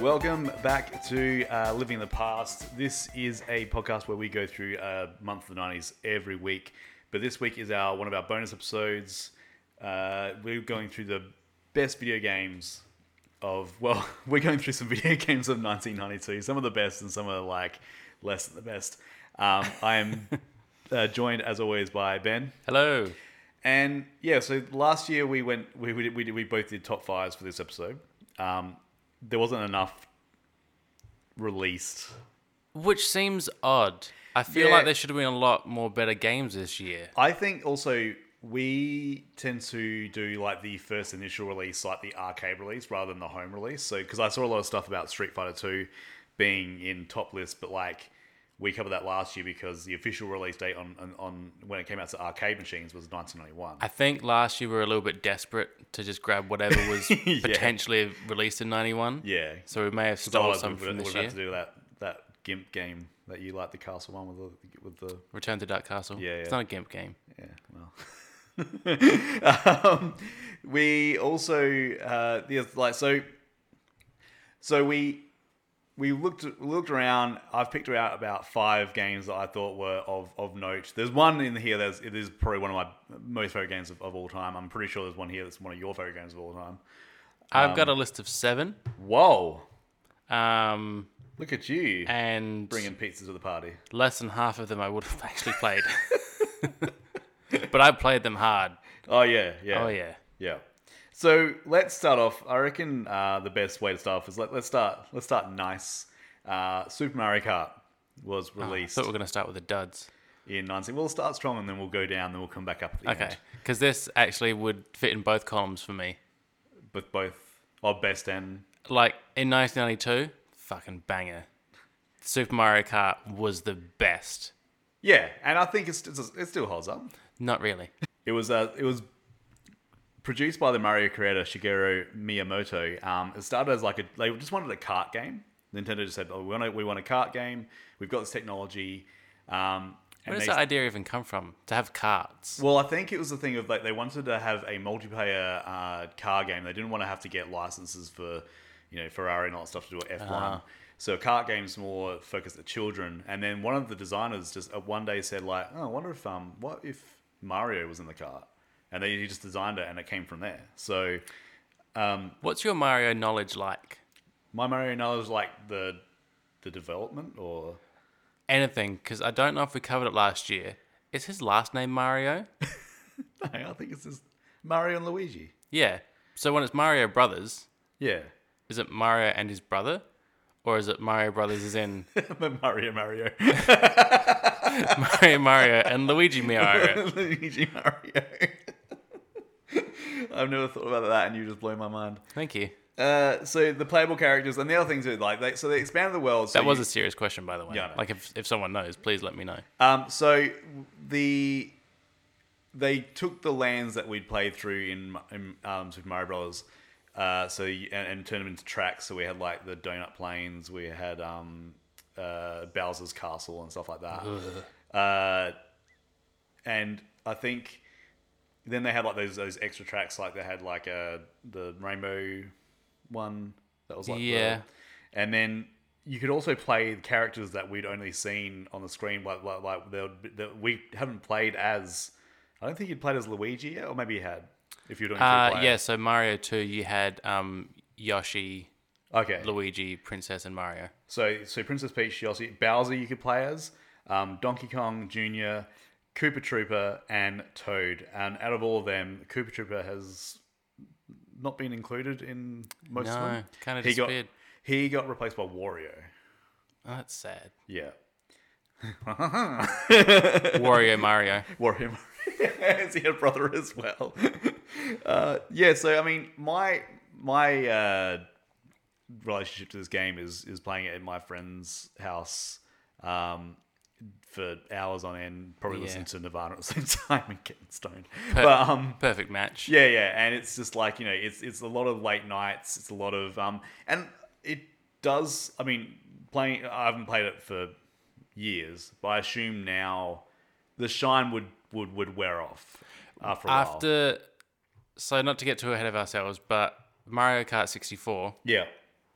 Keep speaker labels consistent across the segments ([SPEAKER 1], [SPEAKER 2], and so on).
[SPEAKER 1] Welcome back to uh, Living the Past. This is a podcast where we go through a month of the 90s every week. But this week is our one of our bonus episodes. Uh, we're going through the best video games of, well, we're going through some video games of 1992. Some of the best and some are like less than the best. Um, I am uh, joined, as always, by Ben.
[SPEAKER 2] Hello.
[SPEAKER 1] And yeah, so last year we went we we, we, we both did top fives for this episode. Um, there wasn't enough released.
[SPEAKER 2] Which seems odd. I feel
[SPEAKER 1] Yeah.
[SPEAKER 2] like there should have been a lot more better games this year.
[SPEAKER 1] I think also we tend to do like the first initial release, like the arcade release, rather than the home release. So because I saw a lot of stuff about Street Fighter Two being in top lists, but like we covered that last year because the official release date on on, on when it came out to arcade machines was 1991.
[SPEAKER 2] I think last year we were a little bit desperate to just grab whatever was potentially released in 91.
[SPEAKER 1] yeah,
[SPEAKER 2] So we may have
[SPEAKER 1] Oh,
[SPEAKER 2] stolen
[SPEAKER 1] like
[SPEAKER 2] some
[SPEAKER 1] we
[SPEAKER 2] from
[SPEAKER 1] would
[SPEAKER 2] this
[SPEAKER 1] have
[SPEAKER 2] year.
[SPEAKER 1] to do that that gimp game that you like the castle one with the with the
[SPEAKER 2] Return to Dark Castle.
[SPEAKER 1] Yeah, yeah.
[SPEAKER 2] It's not a GIMP game.
[SPEAKER 1] yeah well um, we also uh the like so so we we looked looked around I've picked out about five games that I thought were of, of note there's one in here that's it is probably one of my most favorite games of, of all time I'm pretty sure there's one here that's one of your favorite games of all time
[SPEAKER 2] I've got a list of seven.
[SPEAKER 1] whoa
[SPEAKER 2] Um,
[SPEAKER 1] look at you
[SPEAKER 2] and
[SPEAKER 1] bringing pizza to the party
[SPEAKER 2] less than half of them I would have actually played. but I played them hard.
[SPEAKER 1] oh yeah yeah
[SPEAKER 2] Oh, yeah.
[SPEAKER 1] Yeah. So let's start off. I reckon uh, the best way to start off is let, let's start let's start nice. Uh, Super Mario Kart was
[SPEAKER 2] Ah, I
[SPEAKER 1] released
[SPEAKER 2] thought we were going to start with the duds.
[SPEAKER 1] in 19. We'll start strong and then we'll go down. Then we'll come back up at the
[SPEAKER 2] Okay.
[SPEAKER 1] end.
[SPEAKER 2] Because this actually would fit in both columns for me.
[SPEAKER 1] With both our best and
[SPEAKER 2] like in 1992, fucking banger. Super Mario Kart was the best.
[SPEAKER 1] yeah, and I think it's, it's it still holds up.
[SPEAKER 2] Not really.
[SPEAKER 1] It was uh, it was produced by the Mario creator Shigeru Miyamoto. Um, it started as like a they just wanted a kart game. Nintendo just said, "Oh, we want a, we want a kart game. We've got this technology." Um, and
[SPEAKER 2] Where does
[SPEAKER 1] they-
[SPEAKER 2] that idea even come from? To have carts?
[SPEAKER 1] Well, I think it was the thing of like they wanted to have a multiplayer uh, car game. They didn't want to have to get licenses for, you know, Ferrari and all that stuff to do at F one. So a kart game's more focused at children. And then one of the designers just uh, one day said like, "Oh, I wonder if um, what if Mario was in the kart?" And then he just designed it, and it came from there. So
[SPEAKER 2] What's your Mario knowledge like?
[SPEAKER 1] my Mario knowledge, like the the development, or
[SPEAKER 2] Anything? Because I don't know if we covered it last year. Is his last name Mario?
[SPEAKER 1] I think it's just Mario and Luigi.
[SPEAKER 2] yeah. So when it's Mario Brothers,
[SPEAKER 1] Yeah,
[SPEAKER 2] is it Mario and his brother? Or is it Mario Brothers is in
[SPEAKER 1] Mario Mario
[SPEAKER 2] Mario Mario and Luigi Mario?
[SPEAKER 1] Luigi Mario. I've never thought about that, and you just blow my mind.
[SPEAKER 2] Thank you.
[SPEAKER 1] Uh, so the playable characters and the other things are like they so they expanded the world. So
[SPEAKER 2] That was
[SPEAKER 1] you-
[SPEAKER 2] a serious question, by the way.
[SPEAKER 1] Yeah, I know.
[SPEAKER 2] Like, if, if someone knows, please let me know.
[SPEAKER 1] um, so the they took the lands that we'd played through in, in um, Super Mario Brothers, uh, so you- and, and turned them into tracks. So we had like the donut plains, we had um, uh, Bowser's castle and stuff like that. Uh, and I think then they had like those those extra tracks, like they had like uh the rainbow one that was like the-
[SPEAKER 2] Yeah.
[SPEAKER 1] and then you could also play characters that we'd only seen on the screen, like like, like there would be- that we haven't played as. I don't think you'd played as Luigi yet, or maybe you had. If you're doing two
[SPEAKER 2] Uh,
[SPEAKER 1] player.
[SPEAKER 2] yeah, so Mario 2, you had um, Yoshi,
[SPEAKER 1] Okay.
[SPEAKER 2] Luigi, Princess, and Mario.
[SPEAKER 1] So so Princess Peach, Yoshi, Bowser, you could play as um, Donkey Kong Jr., Koopa Trooper, and Toad. And out of all of them, Koopa Trooper has not been included in most of
[SPEAKER 2] No,
[SPEAKER 1] them.
[SPEAKER 2] kind of
[SPEAKER 1] He got
[SPEAKER 2] disappeared.
[SPEAKER 1] he got replaced by Wario.
[SPEAKER 2] Oh, that's sad.
[SPEAKER 1] Yeah,
[SPEAKER 2] Wario Mario.
[SPEAKER 1] Wario. Is he a brother as well? Uh, yeah. So I mean, my my uh, relationship to this game is is playing it at my friend's house. Um, for hours on end, probably
[SPEAKER 2] Yeah.
[SPEAKER 1] listening to Nirvana at the same time and getting stoned. But um,
[SPEAKER 2] Perfect match.
[SPEAKER 1] yeah, yeah, and it's just like you know, it's it's a lot of late nights. It's a lot of um, and it does. I mean, playing. I haven't played it for years, but I assume now the shine would would would wear off after a while.
[SPEAKER 2] After, so not to get too ahead of ourselves, but Mario Kart 64,
[SPEAKER 1] Yeah,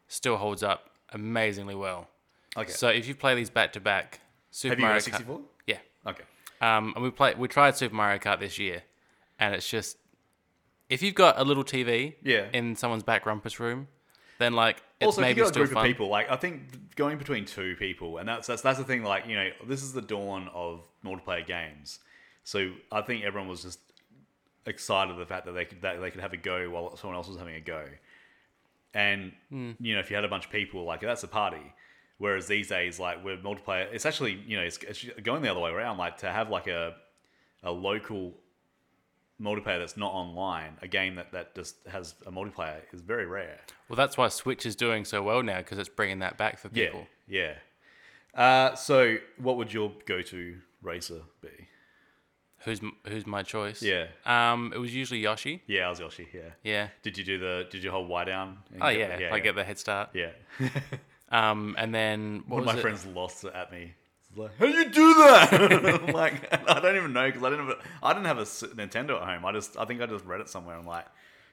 [SPEAKER 2] still holds up amazingly well.
[SPEAKER 1] Okay.
[SPEAKER 2] So if you play these back to back, Super
[SPEAKER 1] Have you got
[SPEAKER 2] Mario
[SPEAKER 1] a
[SPEAKER 2] Kart-
[SPEAKER 1] 64?
[SPEAKER 2] Yeah.
[SPEAKER 1] Okay.
[SPEAKER 2] Um, and we play we tried Super Mario Kart this year, and it's just if you've got a little TV
[SPEAKER 1] Yeah.
[SPEAKER 2] in someone's back rumpus room, then like it's
[SPEAKER 1] also, if
[SPEAKER 2] maybe
[SPEAKER 1] you got a
[SPEAKER 2] still
[SPEAKER 1] group
[SPEAKER 2] fun.
[SPEAKER 1] of people, like I think going between two people, and that's, that's that's the thing. Like you know, this is the dawn of multiplayer games, so I think everyone was just excited at the fact that they could that they could have a go while someone else was having a go, and
[SPEAKER 2] Hmm.
[SPEAKER 1] you know, if you had a bunch of people, like that's a party. Whereas these days, like we're multiplayer, it's actually you know it's, it's going the other way around. Like to have like a a local multiplayer that's not online, a game that that just has a multiplayer is very rare.
[SPEAKER 2] Well, that's why Switch is doing so well now because it's bringing that back for
[SPEAKER 1] Yeah,
[SPEAKER 2] people.
[SPEAKER 1] yeah. Uh, so, what would your go-to racer be?
[SPEAKER 2] Who's m- who's my choice?
[SPEAKER 1] Yeah,
[SPEAKER 2] Um, it was usually Yoshi.
[SPEAKER 1] yeah, I was Yoshi. Yeah.
[SPEAKER 2] Yeah.
[SPEAKER 1] Did you do the? Did you hold Y down? and
[SPEAKER 2] Oh
[SPEAKER 1] get
[SPEAKER 2] yeah,
[SPEAKER 1] the-
[SPEAKER 2] I get the head start.
[SPEAKER 1] Yeah.
[SPEAKER 2] Um, and then
[SPEAKER 1] One
[SPEAKER 2] what
[SPEAKER 1] of
[SPEAKER 2] was
[SPEAKER 1] my
[SPEAKER 2] it?
[SPEAKER 1] friends lost it at me. He's Like, how do you do that? I'm like, I don't even know because I didn't have a, I didn't have a S- Nintendo at home. I just, I think I just read it somewhere. I'm like,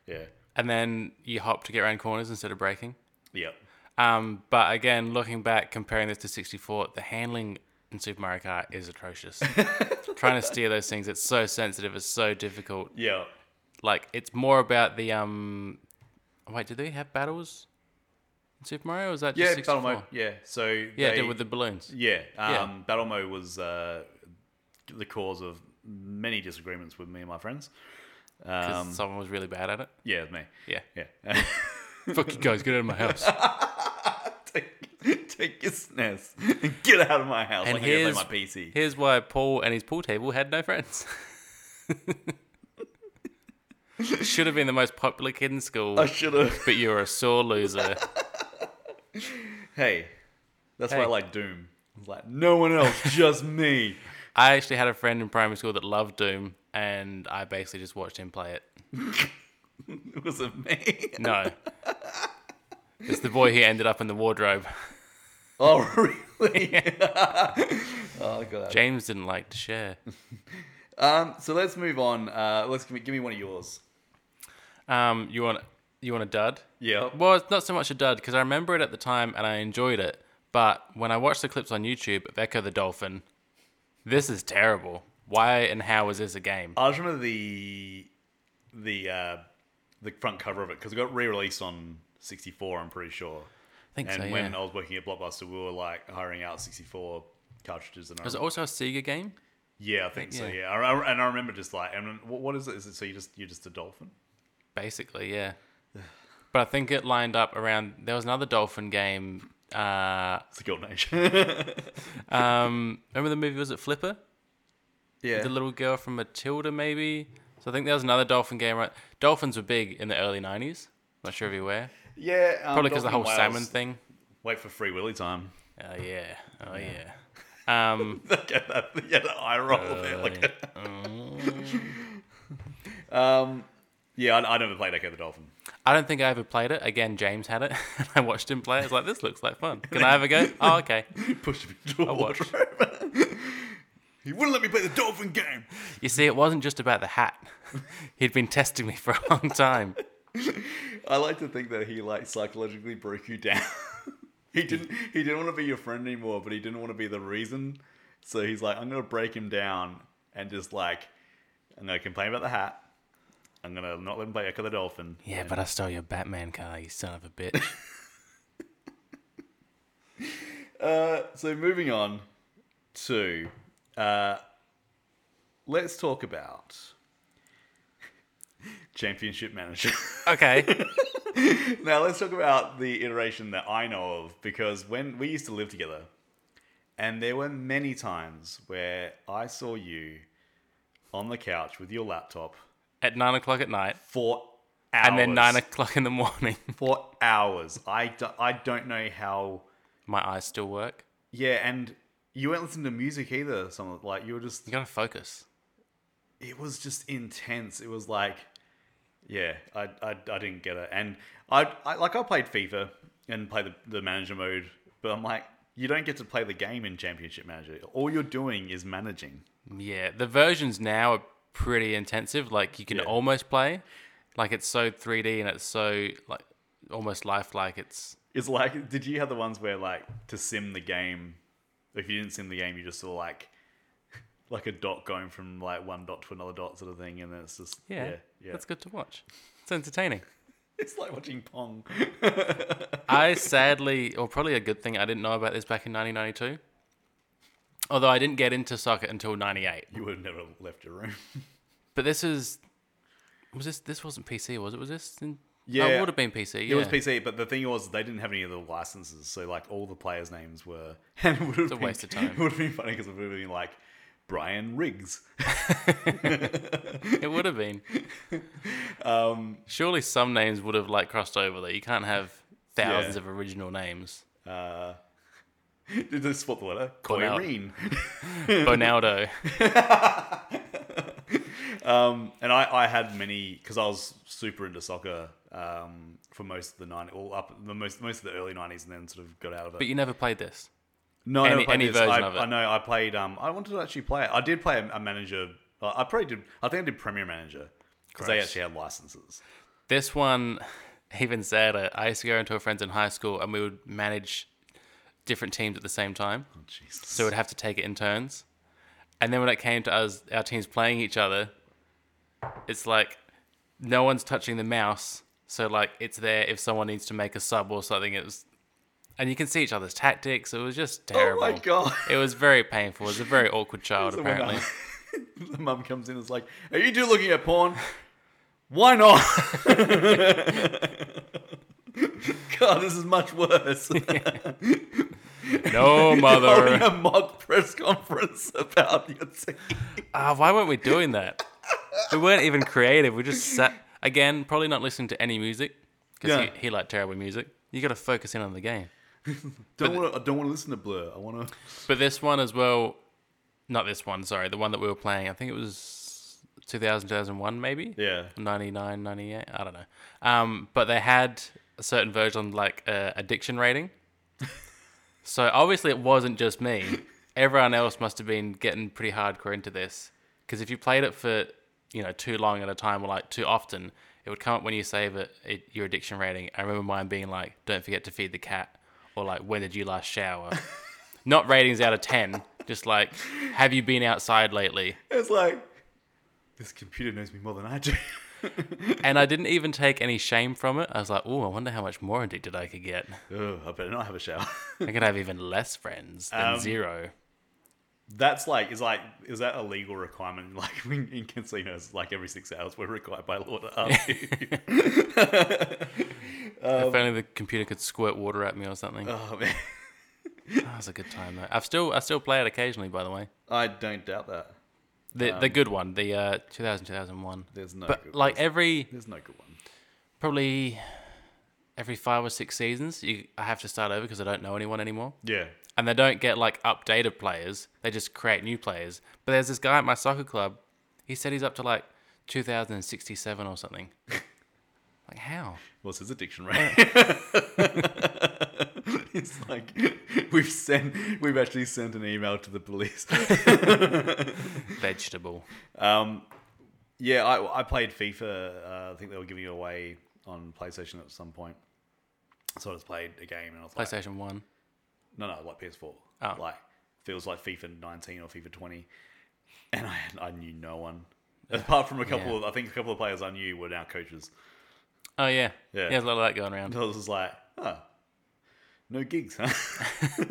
[SPEAKER 1] yeah,
[SPEAKER 2] And then you hop to get around corners instead of braking.
[SPEAKER 1] yeah,
[SPEAKER 2] Um, but again, looking back, comparing this to 64, the handling in Super Mario Kart is atrocious. Trying to steer those things, it's so sensitive, it's so difficult.
[SPEAKER 1] yeah.
[SPEAKER 2] Like it's more about the um. Wait, did they have battles in Super Mario? Or was that just
[SPEAKER 1] Yeah,
[SPEAKER 2] 64?
[SPEAKER 1] battle mode. Yeah, so
[SPEAKER 2] Yeah,
[SPEAKER 1] they-
[SPEAKER 2] they, with the balloons.
[SPEAKER 1] Yeah, um,
[SPEAKER 2] Yeah.
[SPEAKER 1] Battle Mo was uh, the cause of many disagreements with me and my friends.
[SPEAKER 2] 'cause
[SPEAKER 1] Um,
[SPEAKER 2] someone was really bad at it.
[SPEAKER 1] yeah, it was me.
[SPEAKER 2] Yeah.
[SPEAKER 1] Yeah.
[SPEAKER 2] Fuck you guys, get out of my house.
[SPEAKER 1] take, take your SNES and get out of my house.
[SPEAKER 2] And
[SPEAKER 1] like, I gotta play
[SPEAKER 2] here's-
[SPEAKER 1] my PC.
[SPEAKER 2] Here's why Paul and his pool table had no friends. Should have been the most popular kid in school,
[SPEAKER 1] I should have.
[SPEAKER 2] but you're a sore loser.
[SPEAKER 1] Hey, that's why I
[SPEAKER 2] Hey.
[SPEAKER 1] like Doom. It's like, no one else, just me.
[SPEAKER 2] I actually had a friend in primary school that loved Doom, and I basically just watched him play it.
[SPEAKER 1] It wasn't me.
[SPEAKER 2] No. it's the boy who ended up in the wardrobe.
[SPEAKER 1] Oh, really? oh, God.
[SPEAKER 2] James didn't like to share.
[SPEAKER 1] Um, so let's move on. Uh, let's give me, give me one of yours.
[SPEAKER 2] Um, you want you want a dud?
[SPEAKER 1] Yeah.
[SPEAKER 2] Well, it's not so much a dud because I remember it at the time and I enjoyed it. But when I watched the clips on YouTube of Echo the Dolphin, this is terrible. Why and how is this a game?
[SPEAKER 1] I just remember the the uh, the front cover of it because it got re-released on 64. I'm pretty sure.
[SPEAKER 2] I think
[SPEAKER 1] And
[SPEAKER 2] so.
[SPEAKER 1] when
[SPEAKER 2] Yeah.
[SPEAKER 1] I was working at Blockbuster, we were like hiring out 64 cartridges, and I
[SPEAKER 2] Was it also a Sega game?
[SPEAKER 1] yeah, I think so.
[SPEAKER 2] yeah.
[SPEAKER 1] Yeah, I, I- and I remember just like, and what, what is it? Is it so you just you're just a dolphin?
[SPEAKER 2] Basically, yeah. But I think it lined up around. There was another dolphin game. Uh,
[SPEAKER 1] It's the Golden Age. yeah,
[SPEAKER 2] um, remember the movie? Was it Flipper? The little girl from Matilda, maybe. So I think there was another dolphin game. Right? Dolphins were big in the early '90s. Not sure if you're aware.
[SPEAKER 1] yeah. Um,
[SPEAKER 2] Probably because the
[SPEAKER 1] dolphin
[SPEAKER 2] whole
[SPEAKER 1] whales
[SPEAKER 2] salmon thing.
[SPEAKER 1] Wait for Free Willy time.
[SPEAKER 2] Oh yeah. Oh yeah. Um,
[SPEAKER 1] yeah, that, yeah, that eye roll
[SPEAKER 2] Uh,
[SPEAKER 1] there. Like, um, yeah, I, I never played Echo the Dolphin.
[SPEAKER 2] I don't think I ever played it. Again, James had it. and I watched him play. it. I was like, this looks like fun. Can I have a go? Oh, okay.
[SPEAKER 1] pushed me into a
[SPEAKER 2] watch.
[SPEAKER 1] wardrobe. he wouldn't let me play the dolphin game.
[SPEAKER 2] You see, it wasn't just about the hat. He'd been testing me for a long time.
[SPEAKER 1] I like to think that he like psychologically broke you down. he didn't he didn't want to be your friend anymore, but he didn't want to be the reason. So he's like, I'm gonna break him down and just like I'm gonna complain about the hat. I'm gonna not let him play Echo the Dolphin.
[SPEAKER 2] Yeah, but I stole your Batman car, you son of a bitch.
[SPEAKER 1] Uh, so moving on to uh, let's talk about Championship Manager.
[SPEAKER 2] Okay.
[SPEAKER 1] Now let's talk about the iteration that I know of because when we used to live together, and there were many times where I saw you on the couch with your laptop
[SPEAKER 2] At nine o'clock at night,
[SPEAKER 1] for hours.
[SPEAKER 2] and then nine o'clock in the morning,
[SPEAKER 1] for hours. I, do, I don't know how.
[SPEAKER 2] my eyes still work.
[SPEAKER 1] Yeah, and you weren't listening to music either. Some like you were just.
[SPEAKER 2] You gotta focus.
[SPEAKER 1] It was just intense. It was like, yeah, I I, I didn't get it, and I, I like I played FIFA and played the, the manager mode, but I'm like, you don't get to play the game in Championship Manager. All you're doing is managing.
[SPEAKER 2] Yeah, the versions now are pretty intensive. Like you can
[SPEAKER 1] Yeah.
[SPEAKER 2] almost play, like it's so 3D and it's so like almost lifelike. It's
[SPEAKER 1] is like, did you have the ones where like to sim the game? If you didn't sim the game, you just saw like like a dot going from like one dot to another dot sort of thing, and then it's just
[SPEAKER 2] Yeah,
[SPEAKER 1] yeah, yeah.
[SPEAKER 2] that's good to watch. It's entertaining.
[SPEAKER 1] It's like watching Pong.
[SPEAKER 2] I sadly, or probably a good thing, I didn't know about this back in 1992. Although I didn't get into soccer until 98.
[SPEAKER 1] You would have never left your room.
[SPEAKER 2] But this is was this this wasn't PC was it? Was this? In, oh,
[SPEAKER 1] Yeah.
[SPEAKER 2] it would have been PC. Yeah.
[SPEAKER 1] It was PC, but the thing was they didn't have any of the licenses, so like all the players' names were. And it would have
[SPEAKER 2] a
[SPEAKER 1] been,
[SPEAKER 2] waste of time.
[SPEAKER 1] It would have been funny because it would have been like Brian Riggs.
[SPEAKER 2] It would have been. Surely some names would have like crossed over. That you can't have thousands
[SPEAKER 1] Yeah.
[SPEAKER 2] of original names.
[SPEAKER 1] Uh, did they swap the letter?
[SPEAKER 2] Bonal-
[SPEAKER 1] Coireen.
[SPEAKER 2] Bonaldo.
[SPEAKER 1] um, and I, I had many because I was super into soccer um, for most of the nine, all up the most most of the early nineties, and then sort of got out of it.
[SPEAKER 2] But you never played this.
[SPEAKER 1] No, I
[SPEAKER 2] Any-
[SPEAKER 1] never played
[SPEAKER 2] any
[SPEAKER 1] this.
[SPEAKER 2] version
[SPEAKER 1] I,
[SPEAKER 2] of it.
[SPEAKER 1] I know. I played. Um, I wanted to actually play it. I did play a, a manager. Uh, I probably did. I think I did Premier Manager because they
[SPEAKER 2] Gross.
[SPEAKER 1] actually had licenses.
[SPEAKER 2] This one, even sadder. I used to go into a friend's in high school, and we would manage different teams at the same time.
[SPEAKER 1] Oh, Jesus.
[SPEAKER 2] so we'd have to take it in turns. And then when it came to us, our teams playing each other, it's like no one's touching the mouse, so like it's there if someone needs to make a sub or something. It was, and you can see each other's tactics. It was just
[SPEAKER 1] oh
[SPEAKER 2] terrible.
[SPEAKER 1] my god.
[SPEAKER 2] It was very painful. It was a very awkward child,
[SPEAKER 1] Someone-
[SPEAKER 2] apparently.
[SPEAKER 1] the mum comes in and is like, "Are you two looking at porn? Why not?" God, this is much worse. Oh, Having
[SPEAKER 2] No, mother.
[SPEAKER 1] a mock press conference about your team.
[SPEAKER 2] Ah, why weren't we doing that? We weren't even creative. We just sat again, probably not listening to any music because
[SPEAKER 1] Yeah.
[SPEAKER 2] he, he liked terrible music. You got to focus in on the game.
[SPEAKER 1] Don't want. I don't want to listen to Blur. I want to.
[SPEAKER 2] But this one as well, not this one, sorry, the one that we were playing, I think it was 2000, 2001 maybe?
[SPEAKER 1] Yeah.
[SPEAKER 2] 99, 98, I don't know. Um, but they had a certain version on like uh, addiction rating. so obviously it wasn't just me. Everyone else must have been getting pretty hardcore into this. Because if you played it for, you know, too long at a time or like too often, it would come up when you save it, it your addiction rating. I remember mine being like, don't forget to feed the cat or like, when did you last shower? Not ratings out of 10, just like, have you been outside lately?
[SPEAKER 1] It's like this computer knows me more than I do.
[SPEAKER 2] And I didn't even take any shame from it. I was like, oh, I wonder how much more addicted I could get.
[SPEAKER 1] Ugh, I better not have a shower.
[SPEAKER 2] I could have even less friends
[SPEAKER 1] Um,
[SPEAKER 2] than zero.
[SPEAKER 1] That's like is like is that a legal requirement? Like in, in casinos, like every six hours, we're required by law to ask you. um,
[SPEAKER 2] if only the computer could squirt water at me or something.
[SPEAKER 1] oh man,
[SPEAKER 2] that was a good time though. I've still I still play it occasionally, by the way.
[SPEAKER 1] I don't doubt that.
[SPEAKER 2] The the good one, the uh, 2000 2001.
[SPEAKER 1] There's no
[SPEAKER 2] But
[SPEAKER 1] Um, good
[SPEAKER 2] like
[SPEAKER 1] one.
[SPEAKER 2] every
[SPEAKER 1] there's no good one.
[SPEAKER 2] probably every five or six seasons, you I have to start over because I don't know anyone anymore.
[SPEAKER 1] Yeah,
[SPEAKER 2] and they don't get like updated players. They just create new players. But there's this guy at my soccer club. He said he's up to like 2067 or something. like how?
[SPEAKER 1] what's his addiction rate? it's like we've sent we've actually sent an email to the police.
[SPEAKER 2] Vegetable.
[SPEAKER 1] Um, yeah, I, I played FIFA. Uh, I think they were giving it away on PlayStation at some point. So I just played a game and I was like,
[SPEAKER 2] PlayStation One.
[SPEAKER 1] No, no, like PS4.
[SPEAKER 2] Oh.
[SPEAKER 1] Like feels like FIFA 19 or FIFA 20, and I I knew no one apart from a couple
[SPEAKER 2] Yeah.
[SPEAKER 1] of I think a couple of players I knew were now coaches.
[SPEAKER 2] Oh yeah.
[SPEAKER 1] Yeah.
[SPEAKER 2] Yeah. There's a lot of that going around.
[SPEAKER 1] So I was just like, huh, no gigs, huh?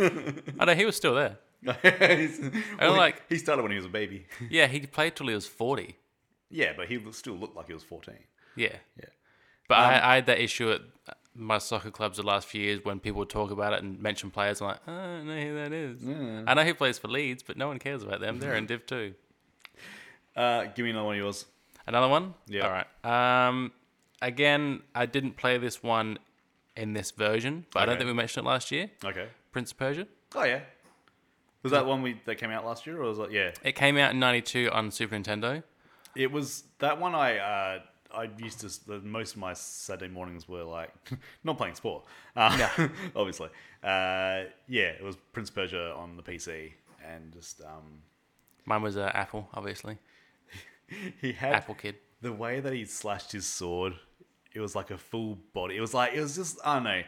[SPEAKER 2] Oh no, he was still there.
[SPEAKER 1] He's- well, he-
[SPEAKER 2] like-
[SPEAKER 1] he started when he was a baby.
[SPEAKER 2] Yeah, he played till he was 40.
[SPEAKER 1] yeah, but he lo- still looked like he was 14.
[SPEAKER 2] Yeah.
[SPEAKER 1] Yeah.
[SPEAKER 2] But I, I had that issue at my soccer clubs the last few years when people would talk about it and mention players. I'm like, oh, I don't know who that is. I know who plays for Leeds, but no one cares about them. They're in Div 2.
[SPEAKER 1] Uh, give me another one of yours.
[SPEAKER 2] Another one?
[SPEAKER 1] Yeah.
[SPEAKER 2] All right. Um, again, I didn't play this one in this version, but I don't
[SPEAKER 1] Okay.
[SPEAKER 2] think we mentioned it last year.
[SPEAKER 1] Okay.
[SPEAKER 2] Prince of Persia.
[SPEAKER 1] Oh yeah. Was that one we that came out last year, or was that yeah?
[SPEAKER 2] It came out in '92 on Super Nintendo.
[SPEAKER 1] It was that one I uh, I used to. the- Most of my Saturday mornings were like not playing sport, uh, obviously. Uh, yeah, it was Prince of Persia on the PC, and just um,
[SPEAKER 2] Mine was uh, Apple, obviously.
[SPEAKER 1] he had
[SPEAKER 2] Apple Kid.
[SPEAKER 1] the way that he slashed his sword. It was like a full body. It was like it was just I don't know.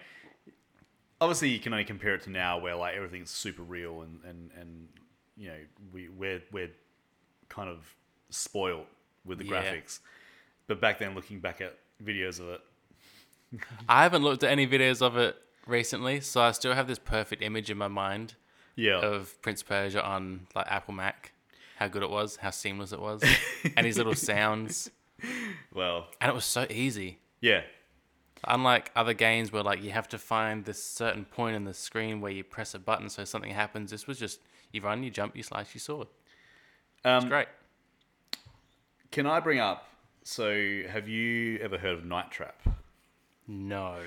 [SPEAKER 1] obviously you can only compare it to now where like everything's super real and and and you know we we're we're kind of spoiled with the
[SPEAKER 2] Yeah.
[SPEAKER 1] graphics but back then looking back at videos of it
[SPEAKER 2] I haven't looked at any videos of it recently, so I still have this perfect image in my mind
[SPEAKER 1] yeah
[SPEAKER 2] of Prince of Persia on like Apple Mac. How good it was, how seamless it was, and his little sounds,
[SPEAKER 1] well
[SPEAKER 2] and it was so easy.
[SPEAKER 1] yeah
[SPEAKER 2] Unlike other games where like you have to find this certain point in the screen where you press a button so something happens, this was just you run, you jump, you slice, you sword.
[SPEAKER 1] um
[SPEAKER 2] It's great.
[SPEAKER 1] can i bring up so have you ever heard of night trap
[SPEAKER 2] No.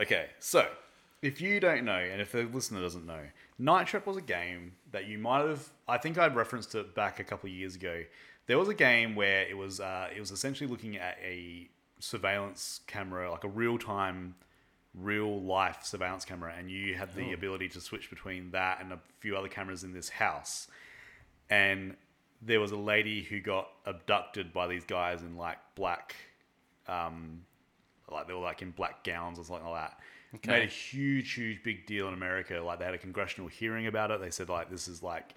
[SPEAKER 1] Okay, so if you don't know, and if the listener doesn't know, Night Trap was a game that you might have. I think I referenced it back a couple of years ago. There was a game where it was uh, it was essentially looking at a surveillance camera, like a real time, real life surveillance camera, and you had the ability to switch between that and a few other cameras in this house. And there was a lady who got abducted by these guys in like black um, like they were like in black gowns or something like that. Made a huge, huge big deal in America. Like they had a congressional hearing about it. They said like this is like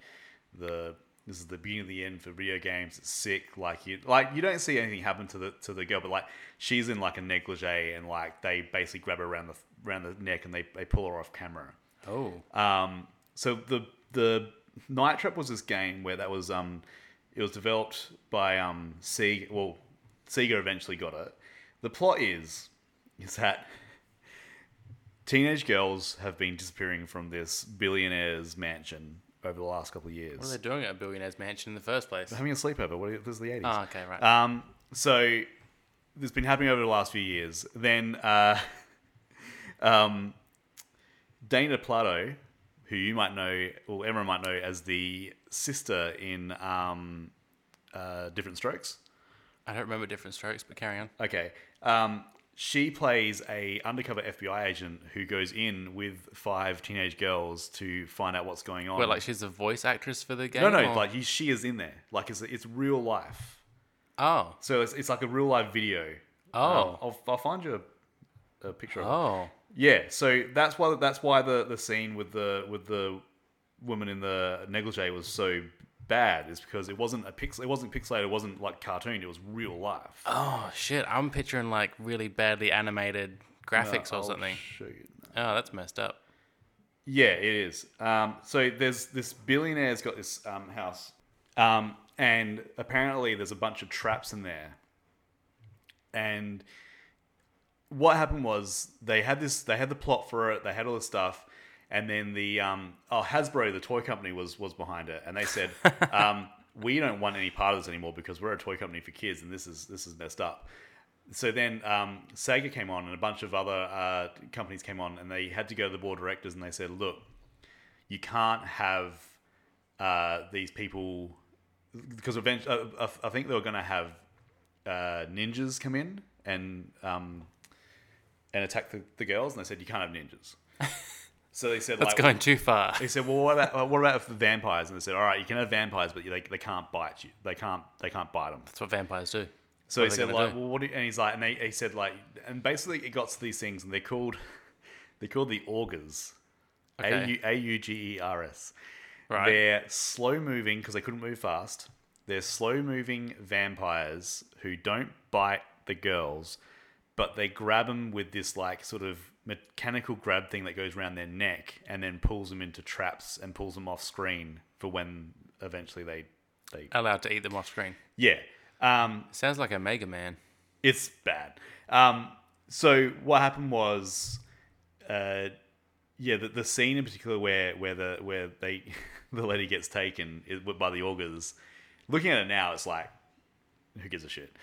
[SPEAKER 1] the this is the beginning of the end for video games. It's sick. Like you like you don't see anything happen to the to the girl, but like she's in like a negligee and like they basically grab her around the around the neck and they, they pull her off camera.
[SPEAKER 2] Oh.
[SPEAKER 1] Um, so the the Night Trap was this game where that was um, it was developed by um, Sega. Well, Sega eventually got it. The plot is is that teenage girls have been disappearing from this billionaire's mansion over the last couple of years.
[SPEAKER 2] What are they doing at a billionaire's mansion in the first place?
[SPEAKER 1] Having a sleepover. What are, this is the eighties.
[SPEAKER 2] Ah, okay, right.
[SPEAKER 1] Um, so this has been happening over the last few years. Then uh, um, Dana Plato, who you might know, or everyone might know as the sister in um, uh, Different Strokes.
[SPEAKER 2] I don't remember different strokes, but carry on.
[SPEAKER 1] Okay. Um, she plays a undercover FBI agent who goes in with five teenage girls to find out what's going on.
[SPEAKER 2] Wait, like Oh. she's a voice actress for the game?
[SPEAKER 1] no, no,
[SPEAKER 2] or-
[SPEAKER 1] like you, she is in there. Like it's it's real life.
[SPEAKER 2] Oh.
[SPEAKER 1] So it's, it's like a real live video.
[SPEAKER 2] Oh.
[SPEAKER 1] Um, I'll, I'll find you a, a picture. Of it.
[SPEAKER 2] Oh.
[SPEAKER 1] Yeah. So that's why that's why the, the scene with the with the woman in the negligee was so bad is because it wasn't a pix it wasn't pixelated it wasn't like cartoon it was real life.
[SPEAKER 2] Oh shit, I'm picturing like really badly animated graphics or
[SPEAKER 1] I'll
[SPEAKER 2] something.
[SPEAKER 1] show you.
[SPEAKER 2] Oh, that's messed up.
[SPEAKER 1] Yeah, it is. Um, so there's this billionaire's got this um, house, um, and apparently there's a bunch of traps in there. And what happened was they had this, they had the plot for it, they had all this stuff, and then the um, oh Hasbro, the toy company, was was behind it, and they said, um, "We don't want any part of this anymore because we're a toy company for kids, and this is this is messed up." So then um, Sega came on, and a bunch of other uh, companies came on, and they had to go to the board of directors, and they said, "Look, you can't have uh, these people because eventually, uh, I- I think they were going to have uh, ninjas come in and um, and attack the, the girls, and they said you can't have ninjas. so they said,
[SPEAKER 2] That's
[SPEAKER 1] like,
[SPEAKER 2] going too far.
[SPEAKER 1] they said, well, what about uh, what about if the vampires? And they said, all right, you can have vampires, but they, they can't bite you. They can't they can't bite them.
[SPEAKER 2] That's what vampires do.
[SPEAKER 1] So
[SPEAKER 2] What
[SPEAKER 1] he
[SPEAKER 2] are they
[SPEAKER 1] said,
[SPEAKER 2] gonna
[SPEAKER 1] like,
[SPEAKER 2] do?
[SPEAKER 1] well, what? Do you, and he's like, and they, he said, like, and basically it got to these things, and they're called, they're called the augers,
[SPEAKER 2] Okay.
[SPEAKER 1] A U A U G E R S.
[SPEAKER 2] Right.
[SPEAKER 1] They're slow moving because they couldn't move fast. They're slow moving vampires who don't bite the girls, but they grab them with this like sort of mechanical grab thing that goes around their neck and then pulls them into traps and pulls them off screen for when eventually they they
[SPEAKER 2] Allowed to eat them off screen.
[SPEAKER 1] yeah. Um,
[SPEAKER 2] Sounds like a Mega Man.
[SPEAKER 1] it's bad. Um, so what happened was, uh, yeah, the, the scene in particular where where the where they the lady gets taken is- by the augers. Looking at it now, it's like, who gives a shit?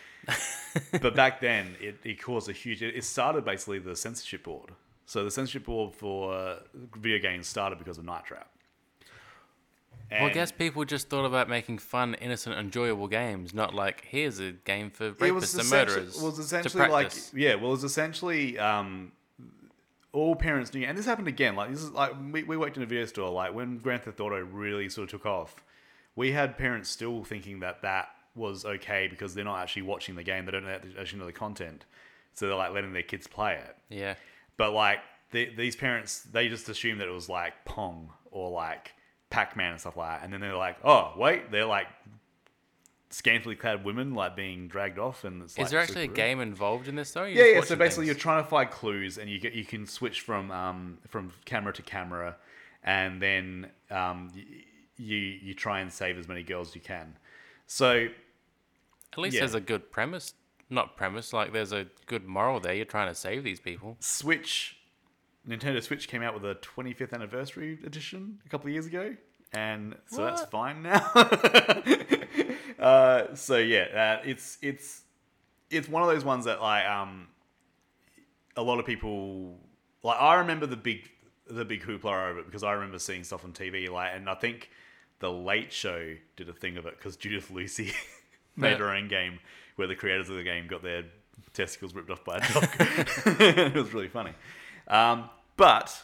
[SPEAKER 1] but back then, it, it caused a huge. It started basically the censorship board. So the censorship board for uh, video games started because of Night Trap.
[SPEAKER 2] Well, I
[SPEAKER 1] And-
[SPEAKER 2] guess people just thought about making fun, innocent, enjoyable games, not like here's a game for
[SPEAKER 1] it was
[SPEAKER 2] rapists and
[SPEAKER 1] essentially-
[SPEAKER 2] murderers.
[SPEAKER 1] It was
[SPEAKER 2] to
[SPEAKER 1] essentially like
[SPEAKER 2] practice."
[SPEAKER 1] yeah, well, it was essentially um, all parents knew, and this happened again. Like this is like we, we worked in a video store. Like when Grand Theft Auto really sort of took off, we had parents still thinking that that was okay because they're not actually watching the game. They don't actually know the content, so they're like letting their kids play it.
[SPEAKER 2] yeah.
[SPEAKER 1] But like the, these parents they just assumed that it was like Pong or like Pac Man and stuff like that, and then they're like, oh wait, they're like scantily clad women like being dragged off, and it's
[SPEAKER 2] Is
[SPEAKER 1] like,
[SPEAKER 2] there actually a
[SPEAKER 1] super-
[SPEAKER 2] game involved in this though?
[SPEAKER 1] Yeah, yeah. So basically, you're trying to find clues, and you get you can switch from um, from camera to camera, and then um, y- you you try and save as many girls as you can. So
[SPEAKER 2] at least
[SPEAKER 1] yeah.
[SPEAKER 2] there's a good premise. Not premise, like there's a good moral there. You're trying to save these people.
[SPEAKER 1] Switch, Nintendo Switch came out with a 25th anniversary edition a couple of years ago, and so that's
[SPEAKER 2] What?
[SPEAKER 1] fine now. uh, so yeah, uh, it's it's it's one of those ones that like um, a lot of people like. I remember the big the big hoopla over it because I remember seeing stuff on TV like, and I think the Late Show did a thing of it because Judith Lucy made
[SPEAKER 2] Yeah.
[SPEAKER 1] her own game where the creators of the game got their testicles ripped off by a dog. it was really funny, um, but